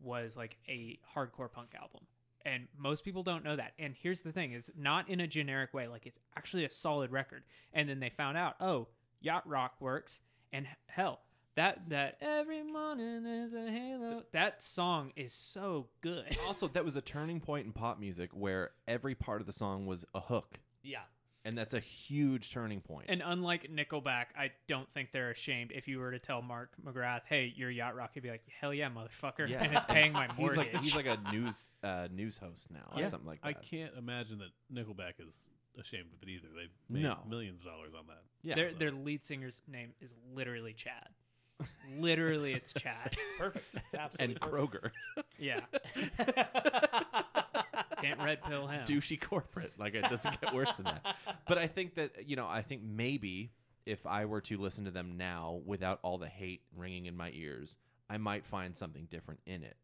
A: was like a hardcore punk album, and most people don't know that. And here's the thing: is not in a generic way. Like it's actually a solid record. And then they found out, oh, yacht rock works, and h- hell, that that every morning is a halo. That song is so good.
C: Also, that was a turning point in pop music where every part of the song was a hook.
B: Yeah.
C: and that's a huge turning point.
A: And unlike Nickelback, I don't think they're ashamed. If you were to tell Mark McGrath, "Hey, you're yacht rock," he'd be like, "Hell yeah, motherfucker!"
C: Yeah.
A: And it's paying my
C: he's
A: mortgage.
C: like he's like a news uh, news host now or
A: Yeah.
C: something like that.
D: I can't imagine that Nickelback is ashamed of it either. They've made
C: No.
D: millions of dollars on that.
C: yeah,
A: their
D: so-
A: their lead singer's name is literally Chad. literally, it's Chad.
B: Perfect. It's absolutely
C: and Kroger,
A: Yeah,
B: perfect.
A: can't red pill him.
C: douchey corporate. Like it doesn't get worse than that. But I think that you know, I think maybe if I were to listen to them now without all the hate ringing in my ears, I might find something different in it.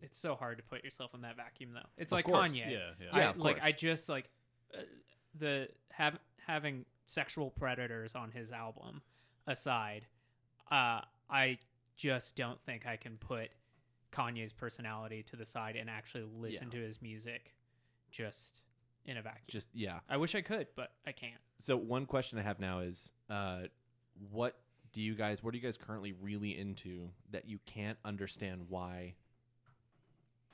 A: It's so hard to put yourself in that vacuum, though. It's
C: Of
A: like
C: course,
A: Kanye.
D: Yeah, yeah.
A: I,
C: Yeah, of
A: like
C: course.
A: I just like uh, the have having sexual predators on his album aside. Uh, I just don't think I can put Kanye's personality to the side and actually listen to his music just in a vacuum.
C: Just yeah.
A: I wish I could, but I can't.
C: So one question I have now is, uh, what do you guys? What are you guys currently really into that you can't understand why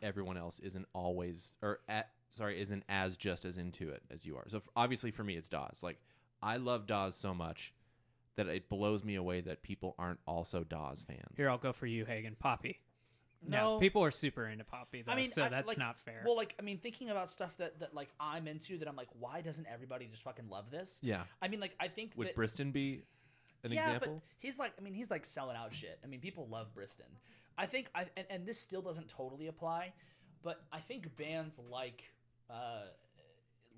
C: everyone else isn't always or at, sorry isn't as just as into it as you are? So f- obviously for me it's Dawes. Like I love Dawes so much that it blows me away that people aren't also Dawes fans.
A: Here, I'll go for you, Hagen. Poppy. No,
B: No.
A: people are super into Poppy, though,
B: I mean,
A: so
B: I-
A: that's
B: like-
A: not fair.
B: well, like I mean, thinking about stuff that that like I'm into, that I'm like, why doesn't everybody just fucking love this?
C: yeah.
B: I mean, like I think
C: Would
B: that,
C: Briston be an example?
B: but he's like, I mean, he's like selling out shit. I mean, people love Briston. I think, I and, and this still doesn't totally apply, but I think bands like, uh,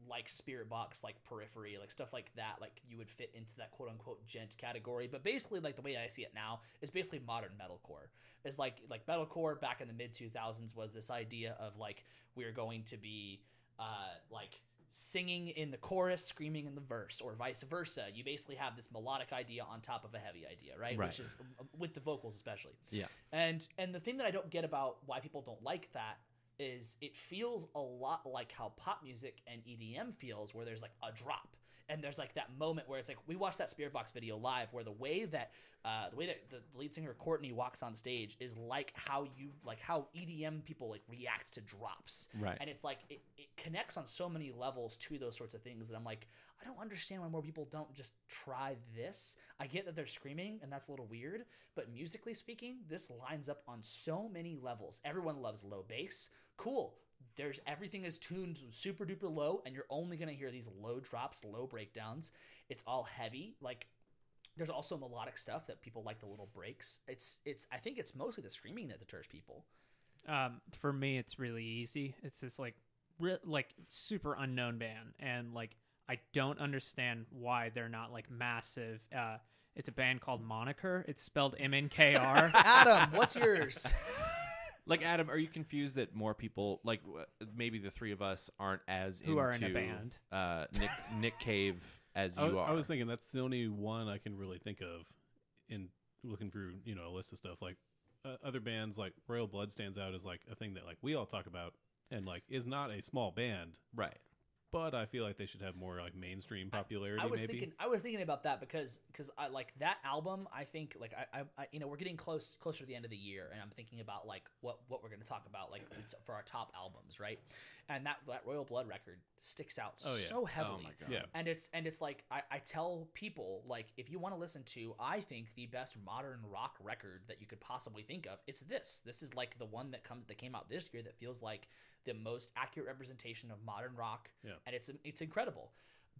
B: like Spirit Box, like Periphery, like stuff like that, like you would fit into that quote unquote gent category. But basically, like the way I see it now is basically modern metalcore. It's like like metalcore back in the mid two thousands was this idea of like we're going to be uh, like singing in the chorus, screaming in the verse, or vice versa. You basically have this melodic idea on top of a heavy idea, right?
C: Right.
B: Which is um, with the vocals especially.
C: Yeah.
B: And and the thing that I don't get about why people don't like that is it feels a lot like how pop music and EDM feels, where there's like a drop. And there's like that moment where it's like we watched that Spirit Box video live, where the way that uh, the way that the lead singer Courtney walks on stage is like how you like how EDM people like react to drops
C: Right.
B: and it's like it, it connects on so many levels to those sorts of things that i'm like i don't understand why more people don't just try this i get that they're screaming and that's a little weird but musically speaking this lines up on so many levels everyone loves low bass cool there's everything is tuned super duper low and you're only going to hear these low drops low breakdowns it's all heavy like there's also melodic stuff that people like the little breaks it's it's i think it's mostly the screaming that deters people
A: um, for me, it's really easy. It's this like, re- like super unknown band, and like I don't understand why they're not like massive. Uh, it's a band called Moniker. It's spelled M N K R.
B: adam what's yours
C: Like Adam, are you confused that more people, like w- maybe the three of us, aren't as
A: Who are in a
C: into,
A: band.
C: Uh, Nick Nick Cave as
D: I,
C: you
D: wa-
C: are.
D: I was thinking that's the only one I can really think of in looking through, you know, a list of stuff like uh, other bands like Royal Blood stands out as like a thing that like we all talk about and like is not a small band,
C: right.
D: but I feel like they should have more like mainstream popularity.
B: I was
D: maybe.
B: thinking I was thinking about that because because I like that album. I think like I, I, I you know we're getting close closer to the end of the year, and I'm thinking about like what what we're gonna talk about like it's for our top albums, right? And that that Royal Blood record sticks out
D: Oh, yeah.
B: so heavily.
C: Oh my god.
D: Yeah.
B: And it's and it's like I, I tell people like if you want to listen to I think the best modern rock record that you could possibly think of it's this this is like the one that comes that came out this year that feels like the most accurate representation of modern rock
D: Yeah.
B: and it's it's incredible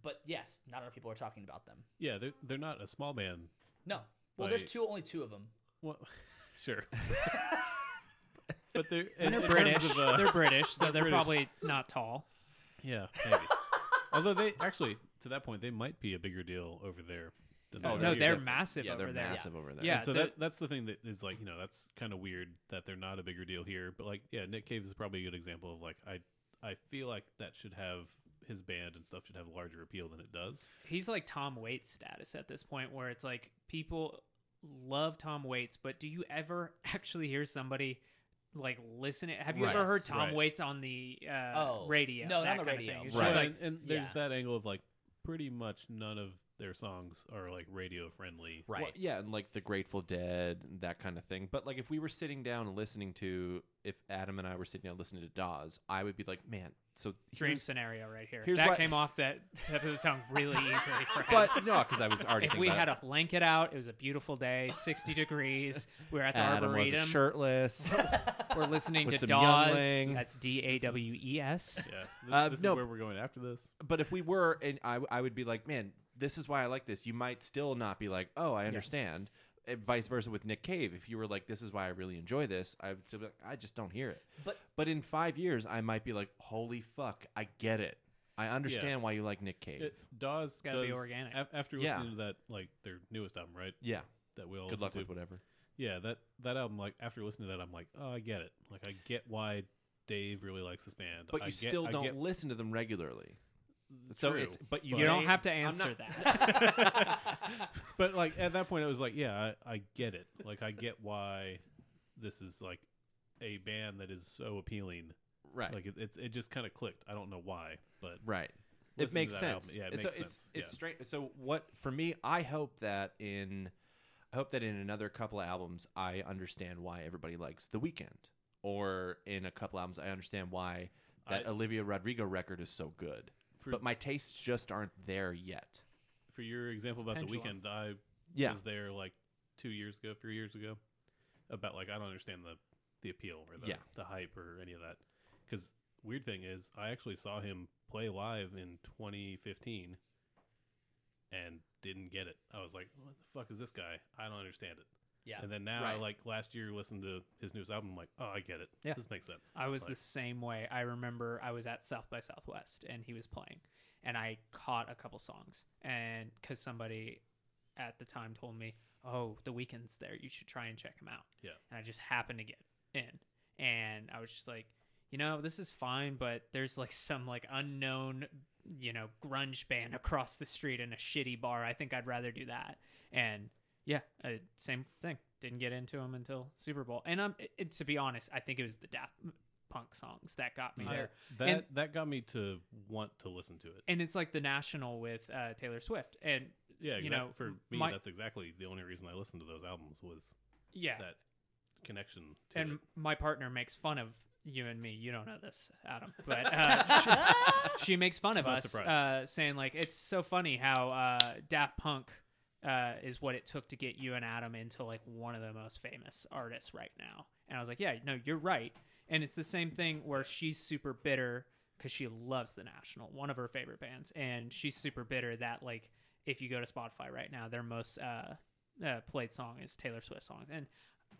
B: but yes not enough people are talking about them
D: Yeah, they're they're not a small band.
B: no well there's
D: Like-
B: two only two of them
D: Well, sure. but they're in,
A: And
D: in
A: they're
D: terms
A: British.
D: of uh,
A: they're British, so they're
D: British.
A: probably not tall.
D: yeah, maybe. Although they actually to that point they might be a bigger deal over there. Than
C: Oh,
D: they are
A: no, they're
D: here.
C: definitely-
A: massive
C: Yeah,
A: over
C: they're
A: there.
C: massive over there.
A: Yeah.
D: so
A: the-
D: that that's the thing that is like you know that's kind of weird that they're not a bigger deal here but like yeah nick cave is probably a good example of like i i feel like that should have his band and stuff should have larger appeal than it does
A: He's like Tom Waits status at this point, where it's like people love Tom Waits, but do you ever actually hear somebody like listen? To, have you
C: Right.
A: ever heard
B: Yes,
A: Tom
D: right.
A: Waits on the uh,
B: Oh,
A: radio?
B: no, not
A: that
B: on the
A: kind
B: radio,
A: Of thing. It's
C: but-
A: just
D: so,
C: Right.
A: like
D: and, and there's
B: yeah.
D: that angle of like pretty much none of their songs are like radio friendly
C: Well, yeah, and like the Grateful Dead, and that kind of thing. But like if we were sitting down and listening to, if Adam and I were sitting down listening to Dawes, I would be like, man, so
A: dream
C: here's-
A: scenario right here.
C: here's
A: that
C: what-
A: came off that tip of the tongue really easily for him.
C: But no, because I was already.
A: if
C: thinking
A: we
C: about
A: had
C: it.
A: a blanket out, it was a beautiful day, 60 degrees. We were at the
C: Adam was
A: arboretum.
C: shirtless.
A: We're listening
C: with
A: to
C: some
A: Dawes.
C: younglings.
A: That's D A W E S.
D: yeah this,
C: Uh,
D: this
C: no.
D: is where we're going after this
C: but if we were, and I, I would be like, man, this is why I like this. You might still not be like, oh, I understand. And vice versa with Nick Cave. If you were like, this is why I really enjoy this, I would still be like, I just don't hear it.
B: but
C: But in five years, I might be like, holy fuck, I get it. I understand why you like Nick Cave.
D: it, dawes
A: gotta be
D: does-
A: organic.
D: af- after
C: Yeah.
D: listening to that like their newest album right
C: yeah.
D: that we all
C: Good
D: listen
C: luck
D: to.
C: with whatever.
D: Yeah, that that album. Like after listening to that, I'm like, oh, I get it. Like I get why Dave really likes this band.
C: But
D: I
C: you
D: get-
C: still
D: I
C: don't
D: get-
C: listen to them regularly. So
D: True,
C: it's but you,
A: You don't
C: may-
A: have to
C: I'm
A: answer
C: not-
A: that.
D: but like at that point, I was like, yeah, I, I get it. Like I get why this is like a band that is so appealing.
C: right.
D: Like it, it's it just kind of clicked. I don't know why, but
C: Right.
D: Listen
C: It
D: to
C: makes
D: that album.
C: sense.
D: Yeah, it
C: And
D: makes
C: so It's,
D: sense.
C: it's
D: Yeah.
C: straight. So what for me, I hope that in, I hope that in another couple of albums, I understand why everybody likes The Weeknd, or in a couple albums, I understand why that
D: I-
C: Olivia Rodrigo record is so good.
D: For-
C: but my tastes just aren't there yet.
D: for your example
A: It's
D: about the
A: pendulum.
D: weekend, I
C: Yeah.
D: was there like two years ago, three years ago, about like I don't understand the the appeal or the
C: Yeah.
D: the hype or any of that. Because weird thing is, I actually saw him play live in 2015 and didn't get it. I was like, what the fuck is this guy? I don't understand it.
B: yeah
D: And then now,
C: Right.
D: like last year, listened to his newest album. I'm like, oh, I get it.
A: Yeah.
D: this makes sense.
A: I was
D: Like,
A: the same way. I remember I was at South by Southwest and he was playing, and I caught a couple songs, and because somebody at the time told me, "Oh, the weekend's there. You should try and check him out."
D: Yeah.
A: and I just happened to get in, and I was just like, you know, this is fine, but there's like some like unknown, you know, grunge band across the street in a shitty bar. I think I'd rather do that. And yeah, uh, same thing. Didn't get into them until Super Bowl. And um, it, it- to be honest, I think it was the Daft Punk songs that got me
D: I-
A: there.
D: that
A: And-
D: that got me to want to listen to it.
A: And it's like the National with uh, Taylor Swift. And
D: Yeah,
A: you
D: exactly.
A: know,
D: for me,
A: my-
D: that's exactly the only reason I listened to those albums was
A: yeah,
D: that connection to
A: and
D: it.
A: my partner makes fun of you and me. You don't know this, Adam, but uh, she, she makes fun of
D: not
A: us,
D: surprised.
A: uh, saying like, "It's so funny how uh, Daft Punk uh, is what it took to get you and Adam into like one of the most famous artists right now." And I was like, "Yeah, no, you're right." And it's the same thing where she's super bitter because she loves the National, one of her favorite bands, and she's super bitter that like if you go to Spotify right now, their most uh, uh, played song is Taylor Swift songs. And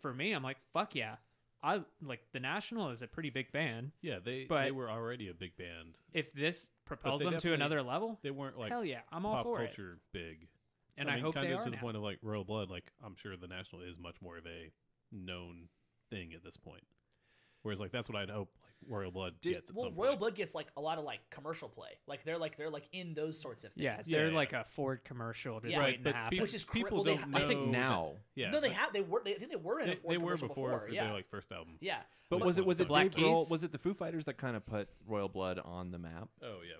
A: for me, I'm like, fuck yeah. I like the National is a pretty big band.
D: Yeah, they they
A: But-
D: were already a big band.
A: If this propels
D: they
A: them to
D: definitely-
A: another level,
D: They weren't like
A: hell yeah, I'm all
D: pop
A: for it.
D: culture big.
A: And
D: I,
A: I,
D: mean,
A: hope
D: kind
A: they
D: of
A: are
D: to the
A: now.
D: point of like Royal Blood. Like I'm sure the National is much more of a known thing at this point. Whereas like that's what I'd hope like Royal Blood
B: Dude,
D: gets. At
B: well,
D: some
B: Royal
D: point.
B: Blood gets like a lot of like commercial play. Like they're like they're like in those sorts of things.
A: Yeah,
D: Yeah,
A: they're
D: yeah.
A: like a Ford commercial just
B: Yeah. Right,
A: waiting to
D: but
A: happen.
D: people-
B: Which is cri-
D: people
B: well, they
D: don't
B: ha-
C: I
B: I
C: think
D: know
C: now.
D: Yeah,
B: no, they have they were they, I think they were in
D: They,
B: a Ford
D: they were
B: commercial
D: before, for
B: yeah,
D: their like first album.
B: yeah.
D: Which
C: But was it
D: one
C: was it
D: sucked?
C: Dave
A: Black
C: Grohl?
A: Keys?
C: Was it the Foo Fighters that kind of put Royal Blood on the map?
D: Oh yeah.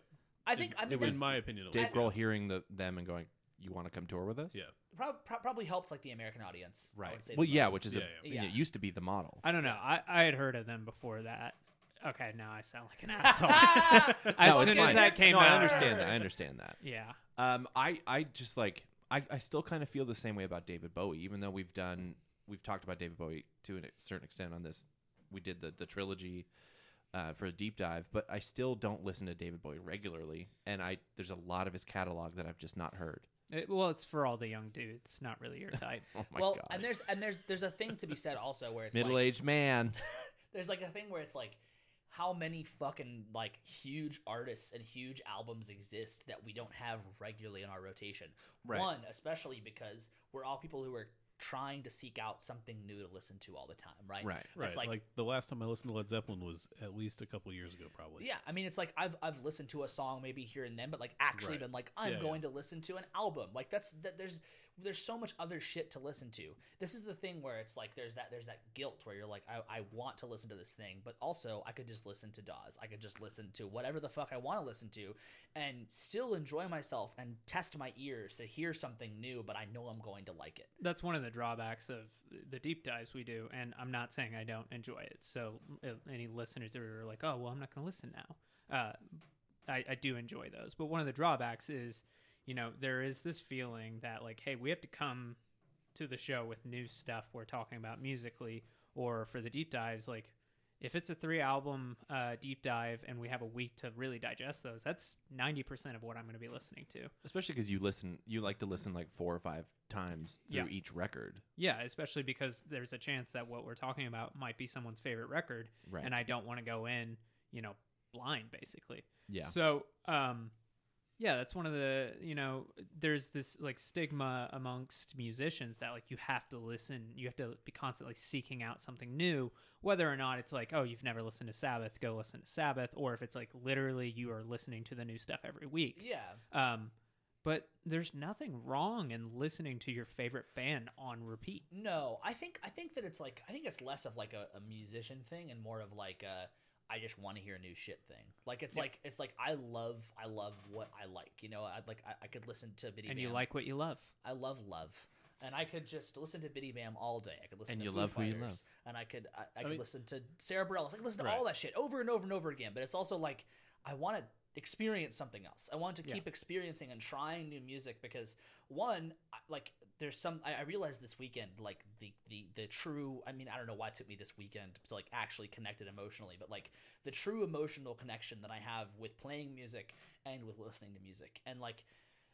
B: I think I mean
D: it was
B: that's
D: in my opinion. at
C: Dave
D: least,
C: Grohl hearing the, them and going, "You want to come tour with us?"
D: Yeah.
B: prob- prob- probably helped like the American audience. I
C: right.
B: would say the
C: Well, yeah,
B: most.
C: which is
D: Yeah,
C: a,
D: yeah.
C: I mean,
B: Yeah.
C: it used to be the model.
A: I don't know. I, I had heard of them before that. Okay, now I sound like an asshole.
C: No,
A: as
C: it's
A: soon as
C: fine.
A: that came
C: no,
A: out,
C: I understand that. I understand that.
A: Yeah,
C: Um, I, I just like I, I still kind of feel the same way about David Bowie, even though we've done we've talked about David Bowie to a certain extent on this. We did the the trilogy uh, for a deep dive, but I still don't listen to David Bowie regularly, and I there's a lot of his catalog that I've just not heard.
A: It- well, it's for all the young dudes, not really your type.
C: Oh my
B: well,
C: god,
B: and there's and there's there's a thing to be said also where it's
C: middle
B: like,
C: aged man.
B: there's like a thing where it's like how many fucking like huge artists and huge albums exist that we don't have regularly in our rotation.
C: Right.
B: One, especially because we're all people who are trying to seek out something new to listen to all the time, right?
C: Right.
D: Right.
B: It's
D: like,
B: like-
D: the last time I listened to Led Zeppelin was at least a couple years ago, probably.
B: Yeah, I mean it's like I've I've listened to a song maybe here and then, but like actually
D: Right.
B: been like I'm
D: Yeah,
B: going to listen to an album. Like that's that there's there's so much other shit to listen to. This is the thing where it's like there's that there's that guilt where you're like I, I want to listen to this thing, but also I could just listen to Dawes. I could just listen to whatever the fuck I want to listen to, and still enjoy myself and test my ears to hear something new. But I know I'm going to like it.
A: That's one of the drawbacks of the deep dives we do, and I'm not saying I don't enjoy it. So uh, any listeners that are like, "Oh, well, I'm not going to listen now," uh, I, I do enjoy those. But one of the drawbacks is, you know, there is this feeling that like, hey, we have to come to the show with new stuff we're talking about musically, or for the deep dives, like if it's a three album uh, deep dive and we have a week to really digest those, that's ninety percent of what I'm going to be listening to.
C: Especially because you listen, you like to listen like four or five times through
A: Yeah.
C: each record.
A: Yeah, especially because there's a chance that what we're talking about might be someone's favorite record,
C: Right.
A: and I don't want to go in, you know, blind basically.
C: yeah.
A: So, um, yeah, that's one of the you know, there's this like stigma amongst musicians that like you have to listen, you have to be constantly seeking out something new, whether or not it's like, oh, you've never listened to Sabbath, go listen to Sabbath, or if it's like literally you are listening to the new stuff every week.
B: Yeah,
A: Um, but there's nothing wrong in listening to your favorite band on repeat.
B: No, I think I think that it's like I think it's less of like a, a musician thing and more of like a I just want to hear new shit thing. Like it's like it's like I love I love what I like. You know, I like I, I could listen to Biddy
A: And
B: Bam.
A: you like what you love.
B: I love love. And I could just listen to Biddy Bam all day. I could listen
C: And
B: to
C: you
B: Foo
C: love who you
B: Fighters,
C: love.
B: and I could I, I, could
D: mean-
B: listen to Sarah Bareilles. I could listen to
D: Right.
B: all that shit over and over and over again. But it's also like I want to experience something else. I want to
A: Yeah.
B: keep experiencing and trying new music because one, I- like there's some I, I realized this weekend like the the the true. I mean I don't know why it took me this weekend to like actually connect it emotionally, but like the true emotional connection that I have with playing music and with listening to music and like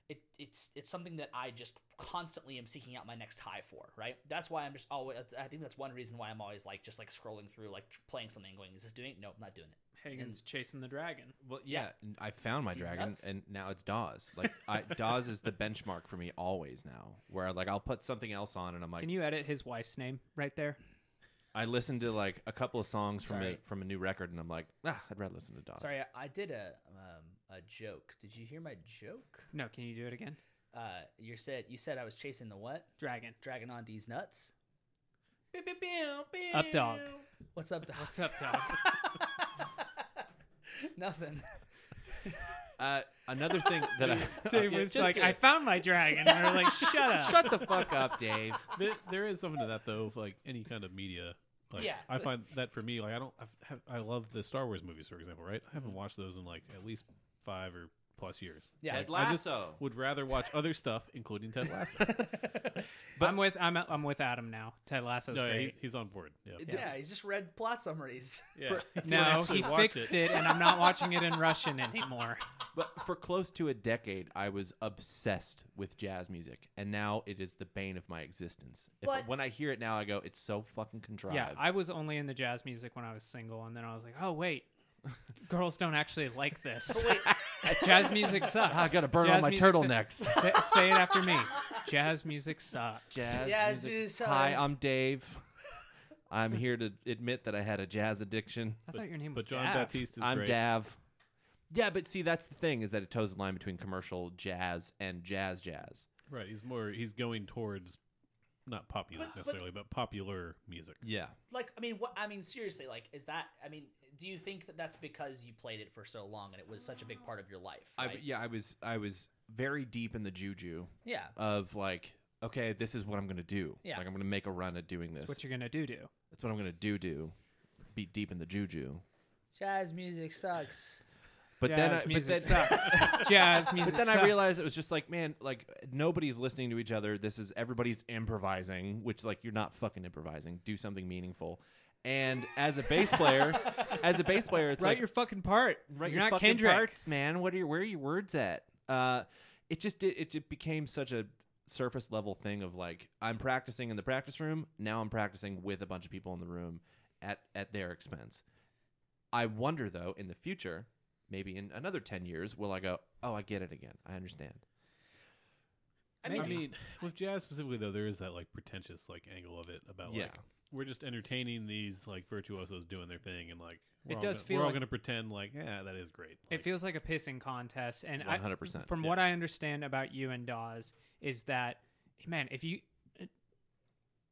B: it, it's it's something that I just constantly am seeking out my next high for, right? That's why I'm just always. I think that's one reason why I'm always like just like scrolling through, like tr- playing something, and going, "Is this doing? it? No, I'm not doing it."
A: Hagen's chasing the dragon.
C: Well, yeah,
B: yeah.
C: n- I found my
B: These
C: dragon,
B: nuts.
C: and now it's Dawes. Like I, Dawes is the benchmark for me always now. Where like I'll put something else on, and I'm like,
A: Can you edit his wife's name right there?
C: I listened to like a couple of songs from a,
B: Sorry.
C: from a new record, and I'm like, ah, I'd rather listen to Dawes.
B: Sorry, I, I did a um, a joke. Did you hear my joke?
A: No, can you do it again?
B: Uh, you said you said I was chasing the what?
A: Dragon.
B: Dragon on these nuts.
A: Up dog.
B: What's up, Doc?
A: What's up, dog?
B: Nothing.
C: Uh, another thing that I
A: Dave
C: Yeah,
A: was
C: just
A: like,
C: do
A: I
C: it.
A: found my dragon. And we're like, shut up.
C: shut the fuck up, Dave.
D: There, there is something to that though. Of like any kind of media. Like,
B: Yeah.
D: I find that for me, like I don't. I've, have, I love the Star Wars movies, for example. Right. I haven't watched those in like at least five or plus years.
B: Yeah.
D: Like,
C: Ted
D: I just
C: Lasso.
D: would rather watch other stuff, including Ted Lasso.
A: I'm with I'm I'm with Adam now. Ted Lasso's
D: no, he,
A: great.
D: he's on board. Yeah.
B: Yeah, he's just read plot summaries.
D: yeah.
C: for-
D: He
A: no,
D: actually
A: he
D: watched
A: fixed it. and I'm not watching it in Russian anymore.
C: But for close to a decade, I was obsessed with jazz music, and now it is the bane of my existence. If,
B: But-
C: when I hear it now, I go, it's so fucking contrived.
A: Yeah, I was only in the jazz music when I was single, and then I was like, oh wait, girls don't actually like this. jazz music sucks.
C: I gotta burn all
A: Jazz
C: my
A: music's-
C: turtlenecks.
A: Say, say it after me. Jazz music sucks.
C: Jazz
B: Jazz
C: music.
B: is,
C: Hi,
B: uh,
C: I'm Dave. I'm here to admit that I had a jazz addiction.
A: I thought your name was
D: But John
A: Dav.
D: Baptiste is
C: I'm
D: great.
C: Dav. Yeah, but see, that's the thing is that it toes the line between commercial jazz and jazz jazz.
D: Right. He's more. He's going towards not pop music
B: But- but-
D: necessarily, but, popular music.
C: Yeah.
B: like i mean what i mean seriously like is that i mean do you think that that's because you played it for so long and it was such a big part of your life
C: I,
B: right?
C: yeah, I was I was very deep in the juju
B: yeah
C: of like, okay, this is what I'm gonna do.
B: Yeah.
C: Like I'm gonna make a run at doing this.
A: That's what you're gonna do. Do
C: That's what I'm gonna do. Do be deep in the juju.
B: jazz music sucks
C: But then,
A: Jazz
C: I, but then,
A: music sucks. jazz music.
C: but then I
A: sucks.
C: realized it was just like, man, like nobody's listening to each other. This is everybody's improvising, which like you're not fucking improvising. Do something meaningful. And as a bass player, as a bass player, it's
A: write
C: like
A: your fucking part.
C: Right,
A: you're not
C: your fucking
A: Kendrick.
C: Parts, man. What are your, where are your words at? Uh, it just did, it just became such a surface level thing of like I'm practicing in the practice room. Now I'm practicing with a bunch of people in the room at at their expense. I wonder though, in the future, maybe in another ten years, will I go? Oh, I get it again. I understand.
B: i mean,
D: I mean, with jazz specifically though, there is that like pretentious like angle of it about
C: Yeah.
D: like we're just entertaining these like virtuosos doing their thing and like we're
A: It
D: all
A: does
D: gonna,
A: feel
D: we're all
A: like-
D: going to pretend like yeah that is great.
A: It feels like a pissing contest, and I,
C: 100%,
A: From what I understand about you and Dawes is that, man, if you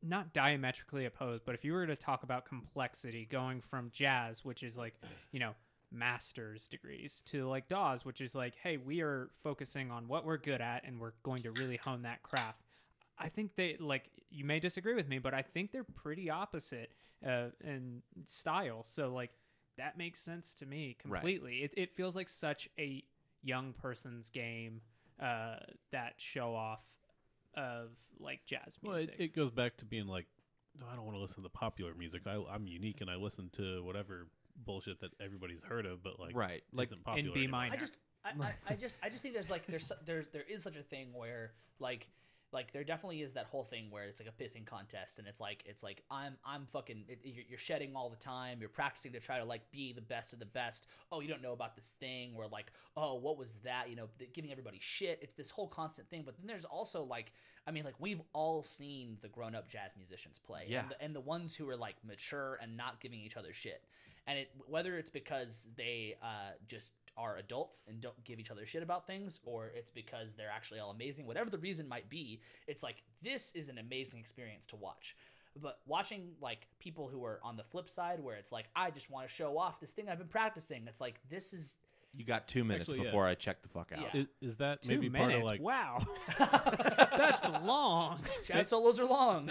A: not diametrically opposed, but if you were to talk about complexity going from jazz, which is like, you know, master's degrees, to like Dawes, which is like, hey, we are focusing on what we're good at and we're going to really hone that craft. I think they like you may disagree with me, but I think they're pretty opposite uh, in style. So like that makes sense to me
C: Right.
A: completely. It, it feels like such a young person's game uh, that show off of like jazz
D: Well, it,
A: music.
D: it goes back to being like, no, I don't want to listen to the popular music. I, I'm unique and I listen to whatever bullshit that everybody's heard of, but like,
C: right. Like
D: isn't popular.
A: in B
D: anymore.
A: minor.
B: I just, I, I, I just, I just think there's like there's so- there's there is such a thing where like like there definitely is that whole thing where it's like a pissing contest and it's like it's like I'm I'm fucking it, you're, you're shedding all the time. You're practicing to try to like be the best of the best. Oh, you don't know about this thing or like oh what was that? You know, th- giving everybody shit. It's this whole constant thing. But then there's also like I mean like we've all seen the grown up jazz musicians play.
C: Yeah.
B: And the, and the ones who are like mature and not giving each other shit and it whether it's because they uh, just are adults and don't give each other shit about things or it's because they're actually all amazing whatever the reason might be it's like this is an amazing experience to watch but watching like people who are on the flip side where it's like i just want to show off this thing i've been practicing it's like this is
C: you got two minutes
D: Actually, yeah.
C: before I check the fuck out.
B: Yeah.
D: Is, is that
A: Two
D: maybe
A: minutes.
D: part of like
A: wow, that's long.
B: jazz solos are long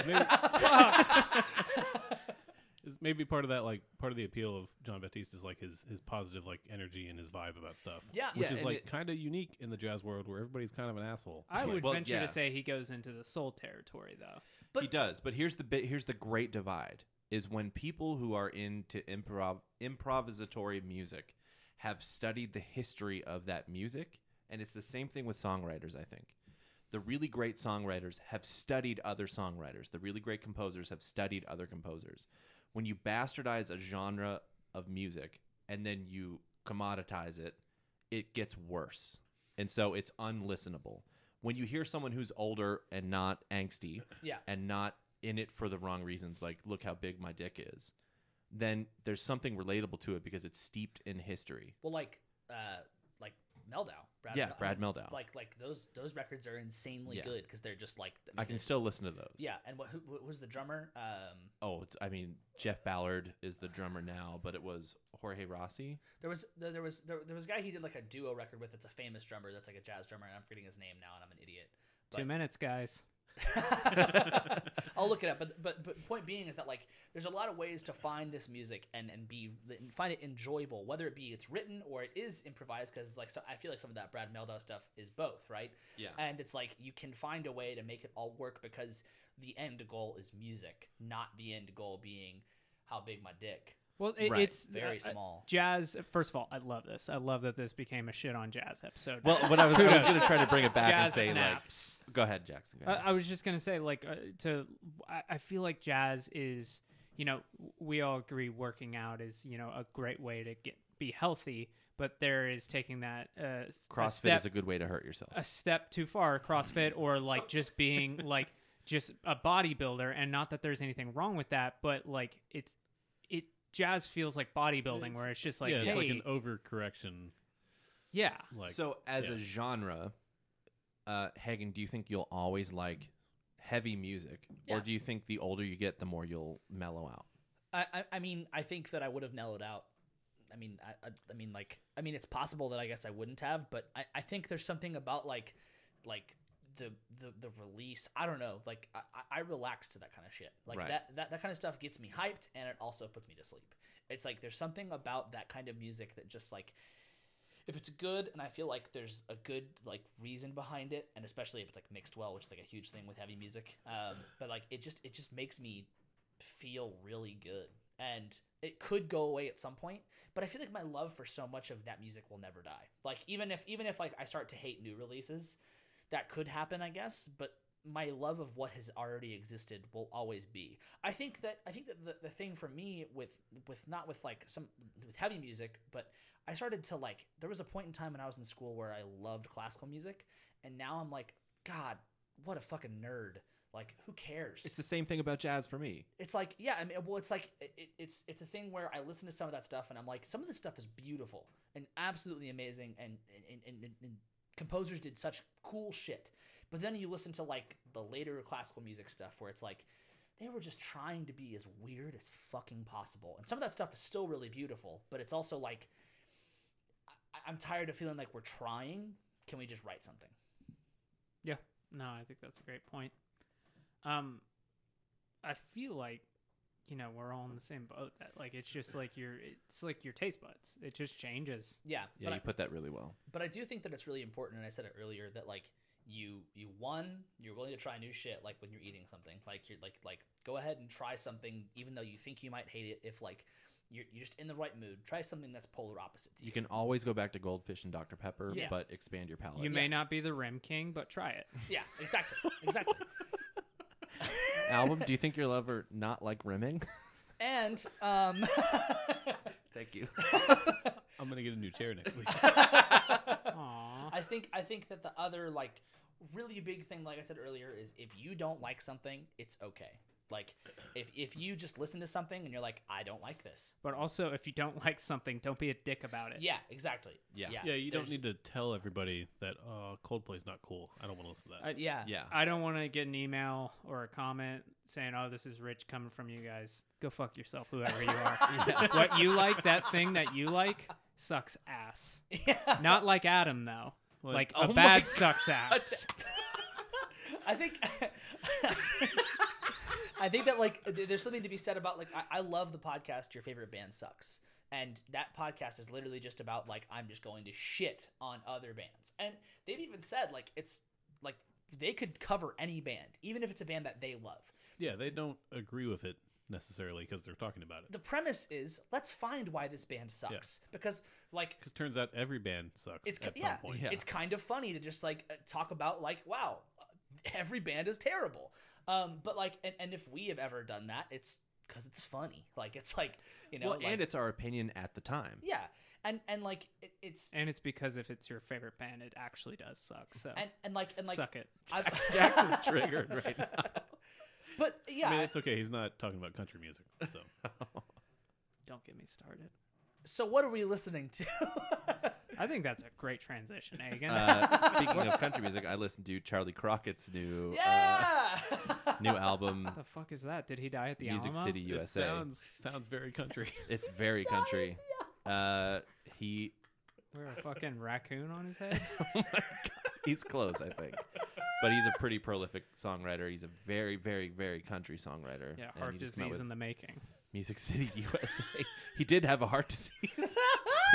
D: is maybe part of that like part of the appeal of John Baptiste is like his his positive like energy and his vibe about stuff.
B: Yeah.
D: which
C: Yeah,
D: is
C: and
D: like
C: it-
D: kind of unique in the jazz world where everybody's kind of an asshole.
A: I would
C: Well,
A: venture
C: yeah.
A: to say he goes into the soul territory though.
B: But-
C: he does. But here's the bit. Here's the great divide: is when people who are into improv improvisatory music have studied the history of that music, and it's the same thing with songwriters. I think the really great songwriters have studied other songwriters. The really great composers have studied other composers. When you bastardize a genre of music and then you commoditize it, it gets worse. And so it's unlistenable. When you hear someone who's older and not angsty
B: Yeah.
C: and not in it for the wrong reasons, like, look how big my dick is, then there's something relatable to it because it's steeped in history.
B: well like uh like meldow brad
C: yeah,
B: Mel- I
C: Brad
B: mean,
C: Meldow.
B: like like those those records are insanely
C: Yeah.
B: good good because they're just like
C: I can
B: mean,
C: still listen to those.
B: Yeah, and what, who, what was the drummer? Um,
C: Oh, it's, I mean, Jeff Ballard is the drummer now, but it was Jorge Rossi.
B: there was there, there was there, there was a guy he did like a duo record with. That's a famous drummer. That's like a jazz drummer, and I'm forgetting his name now, and I'm an idiot.
A: Two
B: But-
A: minutes, guys.
B: I'll look it up. But, but but point being is that like there's a lot of ways to find this music and and be and find it enjoyable, whether it be it's written or it is improvised. Because like so, I feel like some of that Brad Meldow stuff is both, right?
C: Yeah.
B: And it's like you can find a way to make it all work because the end goal is music, not the end goal being how big my dick.
A: Well, it,
C: Right.
A: it's
B: Very
A: uh,
B: small.
A: Jazz. First of all, I love this. I love that this became a shit on jazz episode.
C: Well, what I was, I was
A: Kudos.
C: going to try to bring it back
A: jazz
C: and say,
A: snaps.
C: like, go ahead, Jackson. go
A: I,
C: ahead.
A: I was just gonna say, like, uh, to I, I feel like jazz is, you know, w- we all agree working out is, you know, a great way to get be healthy, but there is taking that uh, s- a
C: CrossFit
A: step,
C: is a good way to hurt yourself.
A: a step too far, CrossFit, or like just being like just a bodybuilder and not that there's anything wrong with that but like it's it jazz feels like bodybuilding where it's just like
D: yeah,
A: hey,
D: it's like an overcorrection.
A: yeah
D: Like
C: so as
D: yeah.
C: a genre, uh, Hagen, do you think you'll always like heavy music, or
B: Yeah.
C: do you think the older you get, the more you'll mellow out?
B: I, I, I mean, I think that I would have mellowed out. I mean, I, I, I mean, like, I mean, it's possible that I guess I wouldn't have, but I, I think there's something about like, like the the the release. I don't know. Like, I, I- I relax to that kind of shit. Like
C: Right.
B: that, that that kind of stuff gets me hyped, and it also puts me to sleep. It's like there's something about that kind of music that just like. If it's good and I feel like there's a good like reason behind it, and especially if it's like mixed well, which is like a huge thing with heavy music, um, but like it just it just makes me feel really good. And it could go away at some point, but I feel like my love for so much of that music will never die. Like even if even if like I start to hate new releases, that could happen, I guess, but my love of what has already existed will always be. I think that I think that the, the thing for me with with not with like some with heavy music, but I started to like there was a point in time when I was in school where I loved classical music and now I'm like, God, what a fucking nerd. Like who cares?
C: It's the same thing about jazz for me.
B: it's like yeah i mean well it's like it, it- it's it's a thing where i listen to some of that stuff and i'm like some of this stuff is beautiful and absolutely amazing and and, and, and, and composers did such cool shit but then you listen to like the later classical music stuff where it's like they were just trying to be as weird as fucking possible and some of that stuff is still really beautiful but it's also like I, i'm tired of feeling like we're trying can we just write something
A: No, I think that's a great point. Um, I feel like you know we're all in the same boat. That like it's just like your it's like your taste buds. It just changes.
B: yeah
C: Yeah,
B: but
C: you
B: I-
C: put that really well.
B: but I do think that it's really important, and I said it earlier that like you you one you're willing to try new shit like when you're eating something like you're like like go ahead and try something even though you think you might hate it if like you're, you're just in the right mood try something that's polar opposite to you,
C: You can always go back to Goldfish and Dr Pepper,
B: Yeah.
C: but expand your
D: Oh,
C: palate.
A: You may
B: Yeah.
A: not be the rim king, but try it.
B: yeah exactly exactly
C: Album, do you think you'll ever not like rimming?
B: and um
C: Thank you.
D: I'm gonna get a new chair next week.
A: Aw.
B: I think I think that the other like really big thing, like I said earlier, is if you don't like something, it's okay. Like if if you just listen to something and you're like, I don't like this.
A: But also, if you don't like something, don't be a dick about it.
B: Yeah, exactly.
C: Yeah.
D: yeah, you don't
B: there's-
D: need to tell everybody that oh, Coldplay's not cool. I don't want to listen to that.
A: I-
B: Yeah.
C: Yeah.
A: I don't want to get an email or a comment saying, "Oh, this is rich coming from you guys." Go fuck yourself, whoever you are. what you like, that thing that you like, sucks ass.
B: Yeah.
A: Not like Adam though.
D: Like,
A: Like
C: oh
A: a
C: my
A: bad sucks
B: I
A: ass.
B: th- I think I think that like th- there's something to be said about like I, I love the podcast Your Favorite Band Sucks. And that podcast is literally just about like I'm just going to shit on other bands. And they've even said like it's like they could cover any band, even if it's a band that they love.
D: yeah, they don't agree with it necessarily because they're talking about it.
B: The premise is let's find why this band sucks because like
D: Because turns out every band sucks
B: it's ki-
D: at
B: yeah,
D: some point.
C: Yeah.
B: it's kind of funny to just like uh, talk about like wow every band is terrible um but like and, and if we have ever done that it's because it's funny like it's like you know
C: well,
B: like-
C: and it's our opinion at the time.
B: yeah and and like it, it's
A: And it's because if it's your favorite band, it actually does suck. So
C: uh,
B: and and like and like
A: suck it.
B: I've-
C: Jax is triggered right now.
B: but yeah
D: I mean, it's okay. He's not talking about country music. So
A: Don't get me started.
B: so what are we listening to
A: I think that's a great transition, eh, Egan.
C: Uh, speaking of country music, I listened to Charlie Crockett's new uh,
B: yeah
C: new album,
A: the fuck is that? Did he die at the
C: Music
A: Alamo?
C: City USA.
D: it sounds sounds very country.
C: It's very country. Uh, he
A: Wear a fucking raccoon on his head.
C: he's close, I think, but he's a pretty prolific songwriter. He's a very, very, very country songwriter.
A: Yeah,
C: and
A: heart
C: he just came out
A: disease in
C: with
A: the making.
C: Music City USA. he did have a heart disease. he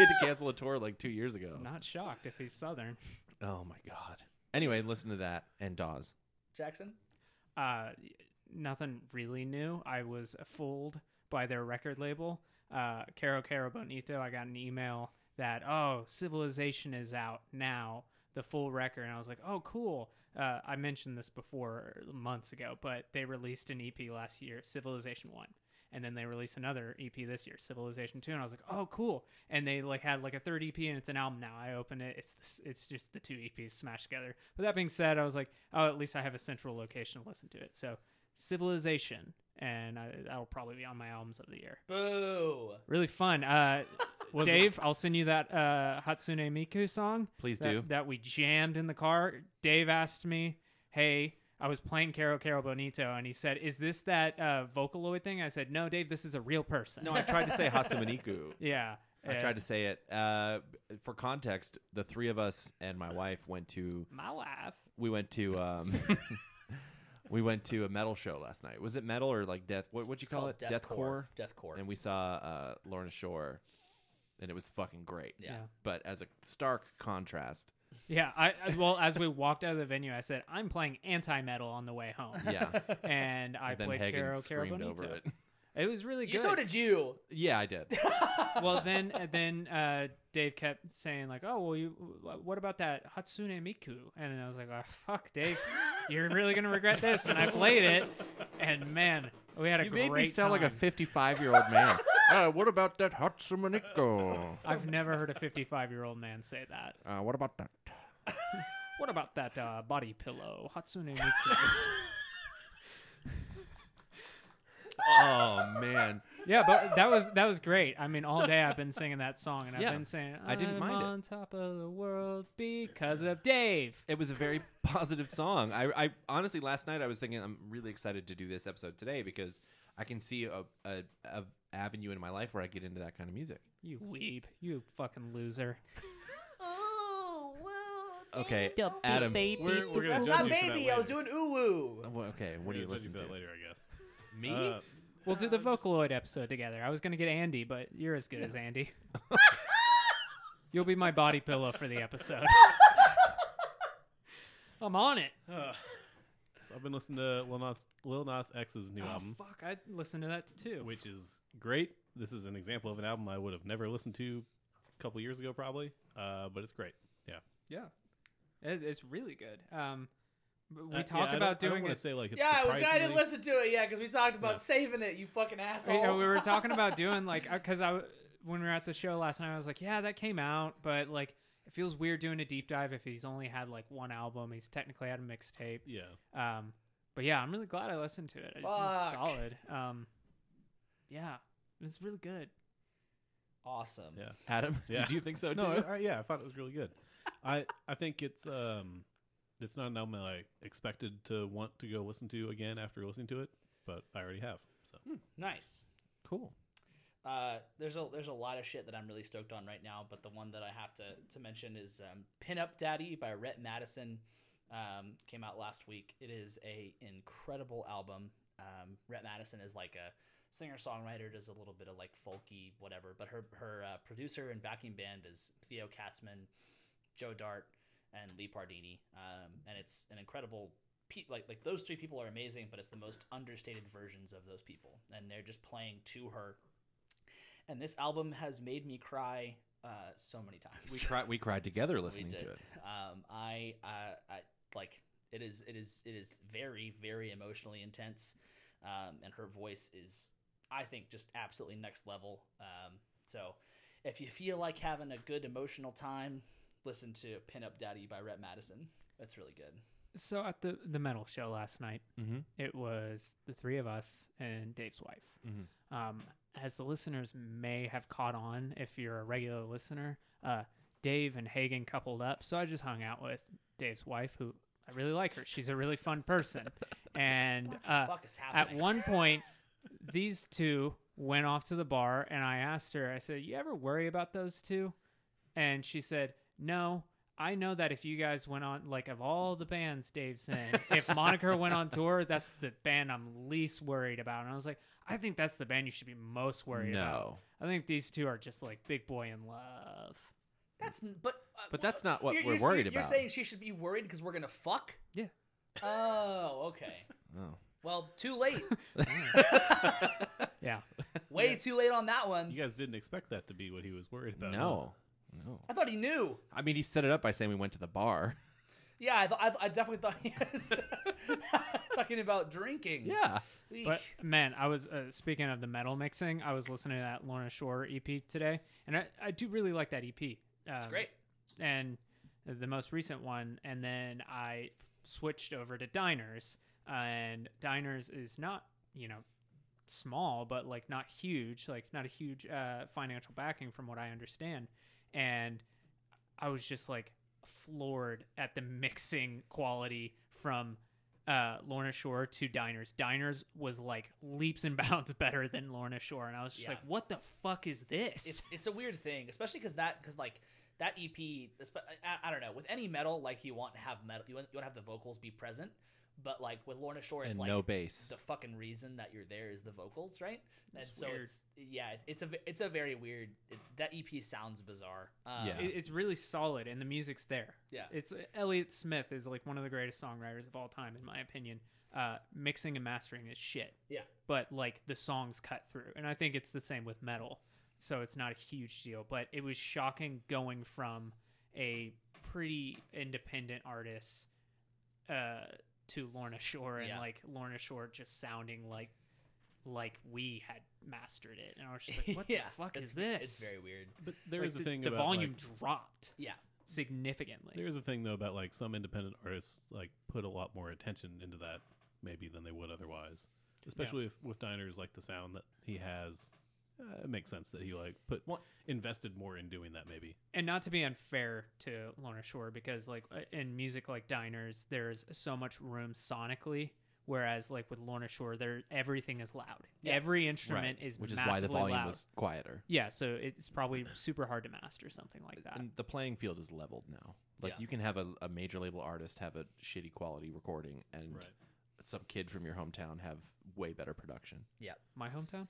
C: had to cancel a tour like two years ago.
A: Not shocked if he's southern.
C: Oh my god. Anyway, listen to that and Dawes.
B: jackson
A: Uh, nothing really new. I was fooled by their record label, uh, Caro Caro Bonito. I got an email that oh, Civilization is out now, the full record, and I was like, oh, cool. Uh, I E mentioned this before months ago, but they released an EP last year, Civilization One, and then they released another EP this year, Civilization Two, and I was like, oh, cool. And they like had like a third EP, and it's an album now. I open it, it's this, it's just the two EPs smashed together. But that being said, I was like, oh, at least I have a central location to listen to it. So Civilization, and I, that'll probably be on my albums of the year.
B: Boo.
A: Really fun. Uh,
D: Was it-
A: Dave, I'll send you that uh, Hatsune Miku song
C: Please
A: that,
C: do.
A: that we jammed in the car. Dave asked me, "Hey, I was playing Caro Caro Bonito," and he said, "Is this that uh, Vocaloid thing?" I said, "No, Dave, this is a real person."
C: No, I tried to say Hasamaniku.
A: yeah,
C: I tried to say it. Uh, for context, the three of us and my wife went to
A: my wife.
C: we went to um, we went to a metal show last night. Was it metal or like death? What would you
B: It's
C: call
B: called
C: it? Deathcore.
B: Deathcore.
C: And we saw uh, Lorna Shore, and it was fucking great.
B: yeah.
C: But as a stark contrast,
A: Yeah, I I- well as we walked out of the venue, I said, "I'm playing anti-metal on the way home,"
C: yeah.
A: and I
C: and then
A: played
C: Hagen
A: Caro Caro
C: screamed
A: Bonito.
C: over it.
A: It was really good.
B: You, so did you.
C: Yeah, I did.
A: well then and then uh dave kept saying like oh well you wh- what about that hatsune miku and i was like oh, fuck dave you're really gonna regret this and i played it and man we had a
C: You
A: great
C: made me sound like a
A: time.
C: 55 year old man. uh, what about that Hatsumaniko?
A: i've never heard a 55 year old man say that
C: Uh, what about that?
A: what about that uh, body pillow hatsune miku
C: Oh man,
A: yeah but that was that was great i mean all day i've been singing that song and i've
C: Yeah,
A: been saying
C: I didn't
A: "I'm
C: mind it."
A: on top of the world because of dave
C: it was a very positive song. I, I honestly last night I was thinking I'm really excited to do this episode today because I can see a, a, a avenue in my life where I get into that kind of music.
A: you weeb you fucking loser
C: Okay, Adam.
D: We're, we're gonna
B: That's
D: judge you
B: not
D: for that
B: baby. I was
D: later.
B: doing ooh woo.
C: Well, Okay,
D: We're
C: what do you
D: gonna judge
C: listen
D: for
C: to?
D: that later, I guess.
C: Me?
D: Uh,
A: We'll do the Vocaloid episode together. I was gonna get Andy, but you're as good as Andy. You'll be my body pillow for the episode. I'm on it.
D: uh, so I've been listening to Lil Nas, Lil Nas X's new
A: Oh
D: album,
A: fuck, I listened to that too.
D: which is great. This is an example of an album I would have never listened to a couple years ago, probably, uh, but it's great. Yeah,
A: Yeah, it, it's really good. Um, b- we
D: Uh, yeah,
A: talked
D: I don't-
A: about
D: I don't
A: doing
D: wanna
A: it.
D: say like it's
B: Yeah, I was. I didn't
D: surprisingly-
B: listen to it. Yeah, because we talked about
D: Yeah.
B: saving it. You fucking asshole.
A: We, uh, we were talking about doing like because I w- when we were at the show last night, I was like, yeah, that came out, but like it feels weird doing a deep dive if he's only had like one album. He's technically had a mixtape.
D: Yeah,
A: Um, but yeah, I'm really glad I listened to it. It was
B: Fuck.
A: solid. Um, yeah, it was really good.
B: awesome.
D: yeah.
C: Adam?
D: Yeah.
C: Did you think so too?
D: No, I, I- yeah, I thought it was really good. I I think it's um, it's not an album that I expected to want to go listen to again after listening to it, but I already have. So
B: Nice.
C: cool.
B: Uh, there's a there's a lot of shit that I'm really stoked on right now, but the one that I have to to mention is um, "Pin Up Daddy" by Rhett Madison. Um, came out last week. It is a incredible album. Um, Rhett Madison is like a singer songwriter, does a little bit of like folky whatever, but her her uh, producer and backing band is Theo Katzman, Joe Dart, and Lee Pardini. Um, and it's an incredible pe- like like those three people are amazing, but it's the most understated versions of those people, and they're just playing to her and this album has made me cry uh, so many times.
C: We cried. We cried together listening
B: did.
C: to it.
B: Um, I, uh, I like it is it is it is very very emotionally intense, um, and her voice is I think just absolutely next level. Um, so if you feel like having a good emotional time, listen to "Pin Up Daddy" by Rhett Madison. That's really good.
A: So at the the metal show last night,
C: Mm-hmm.
A: it was the three of us and Dave's wife.
C: Mhm.
A: Um, as the listeners may have caught on, if you're a regular listener, uh, Dave and Hagen coupled up. So I just hung out with Dave's wife, who I really like her. She's a really fun person, and uh,
B: Fuck is
A: at
B: happening.
A: one point these two went off to the bar and i asked her i said you ever worry about those two and she said no i know that if you guys went on like of all the bands dave's in if moniker went on tour that's the band i'm least worried about and i was like i think that's the band you should be most worried about
C: No,
A: i think these two are just like big boy in love
B: that's n- but uh,
C: but that's not what
B: you're-
C: we're
B: you're-
C: worried
B: you're
C: about.
B: saying she should be worried because we're gonna fuck.
A: Yeah.
B: Oh, okay.
C: Oh.
B: Well, too late.
A: yeah
B: Way too late on that one.
D: you guys didn't expect that to be what he was worried about. huh?
C: No, no.
B: I thought he knew.
C: I mean, he set it up by saying we went to the bar.
B: Yeah, I, th- I, I definitely thought yes. Talking about drinking.
C: Yeah.
B: Eek.
A: But man, I was uh, speaking of the metal mixing. I was listening to that Lorna Shore EP today, and I, I do really like that EP. Um,
B: it's great.
A: and the most recent one and then i switched over to diners and diners is not you know small but like not huge like not a huge uh, financial backing from what i understand and i was just like floored at the mixing quality from uh, Lorna Shore to Diners. Diners was like leaps and bounds better than Lorna Shore, and I was just
B: Yeah.
A: like, "What the fuck is this?"
B: It's it's a weird thing, especially because that because like that EP. espe- I, I don't know. With any metal, like you want to have metal, you want you want to have the vocals be present. But like with Lorna Shore, it's
C: And
B: like
C: no bass.
B: the fucking reason that you're there is the vocals, right? And
A: It's
B: so
A: weird.
B: it's yeah, it's, it's a v- it's a very weird. It, that EP sounds bizarre. Um,
C: Yeah.
A: It- it's really solid and the music's there
B: Yeah.
A: it's elliot smith is like one of the greatest songwriters of all time in my opinion uh mixing and mastering is shit
B: Yeah.
A: but like the songs cut through and i think it's the same with metal so it's not a huge deal but it was shocking going from a pretty independent artist uh to lorna shore and
B: Yeah.
A: like lorna shore just sounding like like we had mastered it and i was just like what
B: yeah,
A: the fuck
B: it's
A: is
B: ve-
A: this
B: It's very weird.
D: But there
A: Like,
D: is a
A: the,
D: thing
A: the
D: about
A: volume
D: like,
A: dropped
B: Yeah,
A: significantly.
D: there is a thing though about like some independent artists like put a lot more attention into that maybe than they would otherwise. Especially if with diners like the sound that he has, uh, it makes sense that he like put
C: Well-
D: invested more in doing that maybe.
A: and not to be unfair to Lorna Shore, because like uh, in music like Diners, there's so much room sonically, whereas like with Lorna Shore, there everything is loud.
B: Yeah.
A: Every instrument
C: Right.
A: is
C: Which is
A: massively
C: why the volume
A: loud.
C: was quieter.
A: Yeah, so it's probably super hard to master something like that.
C: And the playing field is leveled now. Like
B: Yeah.
C: you can have a, a major label artist have a shitty quality recording and some kid from your hometown have way better production.
B: yeah.
A: My hometown.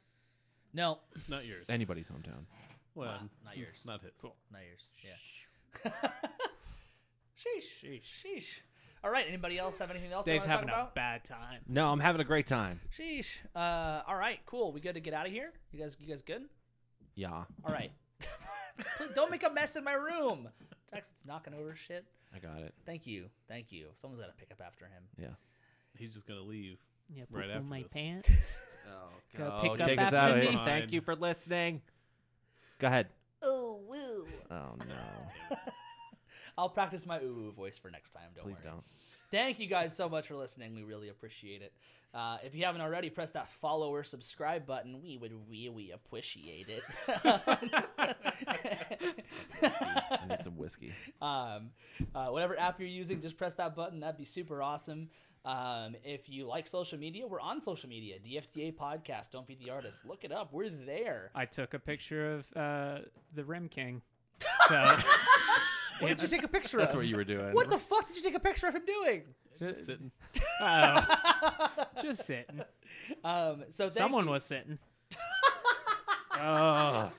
B: No,
D: Not yours.
C: Anybody's hometown.
D: well,
B: not- not yours.
D: Not his.
A: Cool.
B: not yours. Yeah. Sheesh.
A: Sheesh.
B: Sheesh. All right. Anybody else have anything else? they
A: Dave's
B: want to talk
A: having a
B: about?
A: bad time.
C: No, I'm having a great time.
B: Sheesh. Uh, all right. Cool. We good to get out of here? You guys, you guys good?
C: Yeah.
B: All right. Please don't make a mess in my room. Jackson's knocking over shit.
C: I got it.
B: Thank you. Thank you. Someone's got to pick up after him.
C: Yeah.
D: He's just gonna leave.
A: Yeah,
D: Right
A: poop
D: after
A: on my
D: this.
A: pants.
C: Oh,
A: Go pick up
C: take us
A: after
C: out of
A: me.
C: here.
D: Fine.
C: Thank you for listening. Go ahead.
B: Oh woo.
C: Oh no.
B: I'll practice my ooh ooh voice for next time. Don't
C: Please
B: worry.
C: don't.
B: Thank you guys so much for listening. We really appreciate it. Uh, if you haven't already, press that follow or subscribe button. We would really appreciate it.
C: I need some whiskey.
B: um, uh, whatever app you're using, just press that button. That'd be super awesome. Um, if you like social media, we're on social media. DFTA podcast. Don't feed the artist. Look it up. We're there.
A: I took a picture of uh, the Rim King. So
B: What did you take a picture of?
C: That's what you were doing.
B: What the fuck did you take a picture of him doing?
A: just,
D: Sitting.
A: oh, just sitting.
B: Um, so thank
A: Someone
B: you.
A: was sitting.
C: Ugh.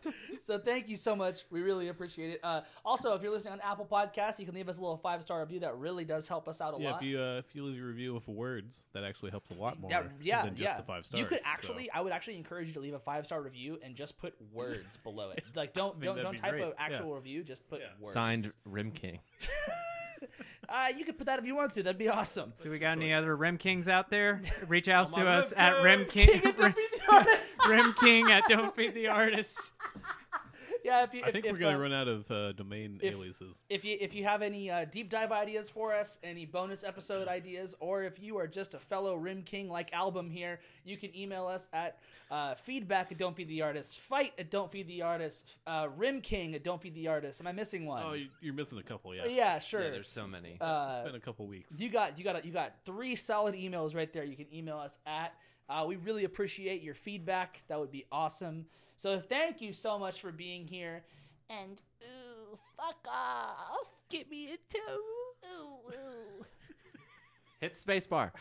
B: So thank you so much. We really appreciate it. Uh, also, if you're listening on Apple Podcasts, you can leave us a little five star review. That really does help us out a
D: Yeah,
B: lot.
D: if you uh, if you leave your review with words, that actually helps a lot more
B: That- yeah,
D: than just
B: yeah.
D: the five stars.
B: You could
D: so-
B: actually, I would actually encourage you to leave a five star review and just put words below it. Like, don't don't
D: that'd
B: don't
D: be
B: type
D: great.
B: an actual
D: Yeah.
B: review. Just put
D: Yeah.
B: words.
C: Signed Rim King.
B: Uh, you could put that if you want to. That'd be awesome.
A: Do we got any
D: choice.
A: other Rem Kings out there? Reach out to
D: my
A: us
D: Rem
A: at Rem King. Rem, King at Don't Feed the Artists.
B: yeah, if you, if,
D: I think
B: if,
D: we're gonna
B: uh,
D: run out of uh, domain
B: if-
D: aliases.
B: If you if you have any uh, deep dive ideas for us, any bonus episode ideas, or if you are just a fellow Rim King like Album here, you can email us at uh, feedback at don't feed the artist, fight at don't feed the artist, uh, Rim King at don't feed the artist. Am I missing one?
D: Oh, you- you're missing a couple. Yeah,
B: yeah, sure.
C: Yeah, there's so many.
D: it's
B: uh,
D: been a couple weeks.
B: you got you got you got three solid emails right there. You can email us at. Uh, we really appreciate your feedback. That would be awesome. So thank you so much for being here.
E: and ooh, fuck off. Give me a toe. Ooh, ooh.
C: Hit spacebar.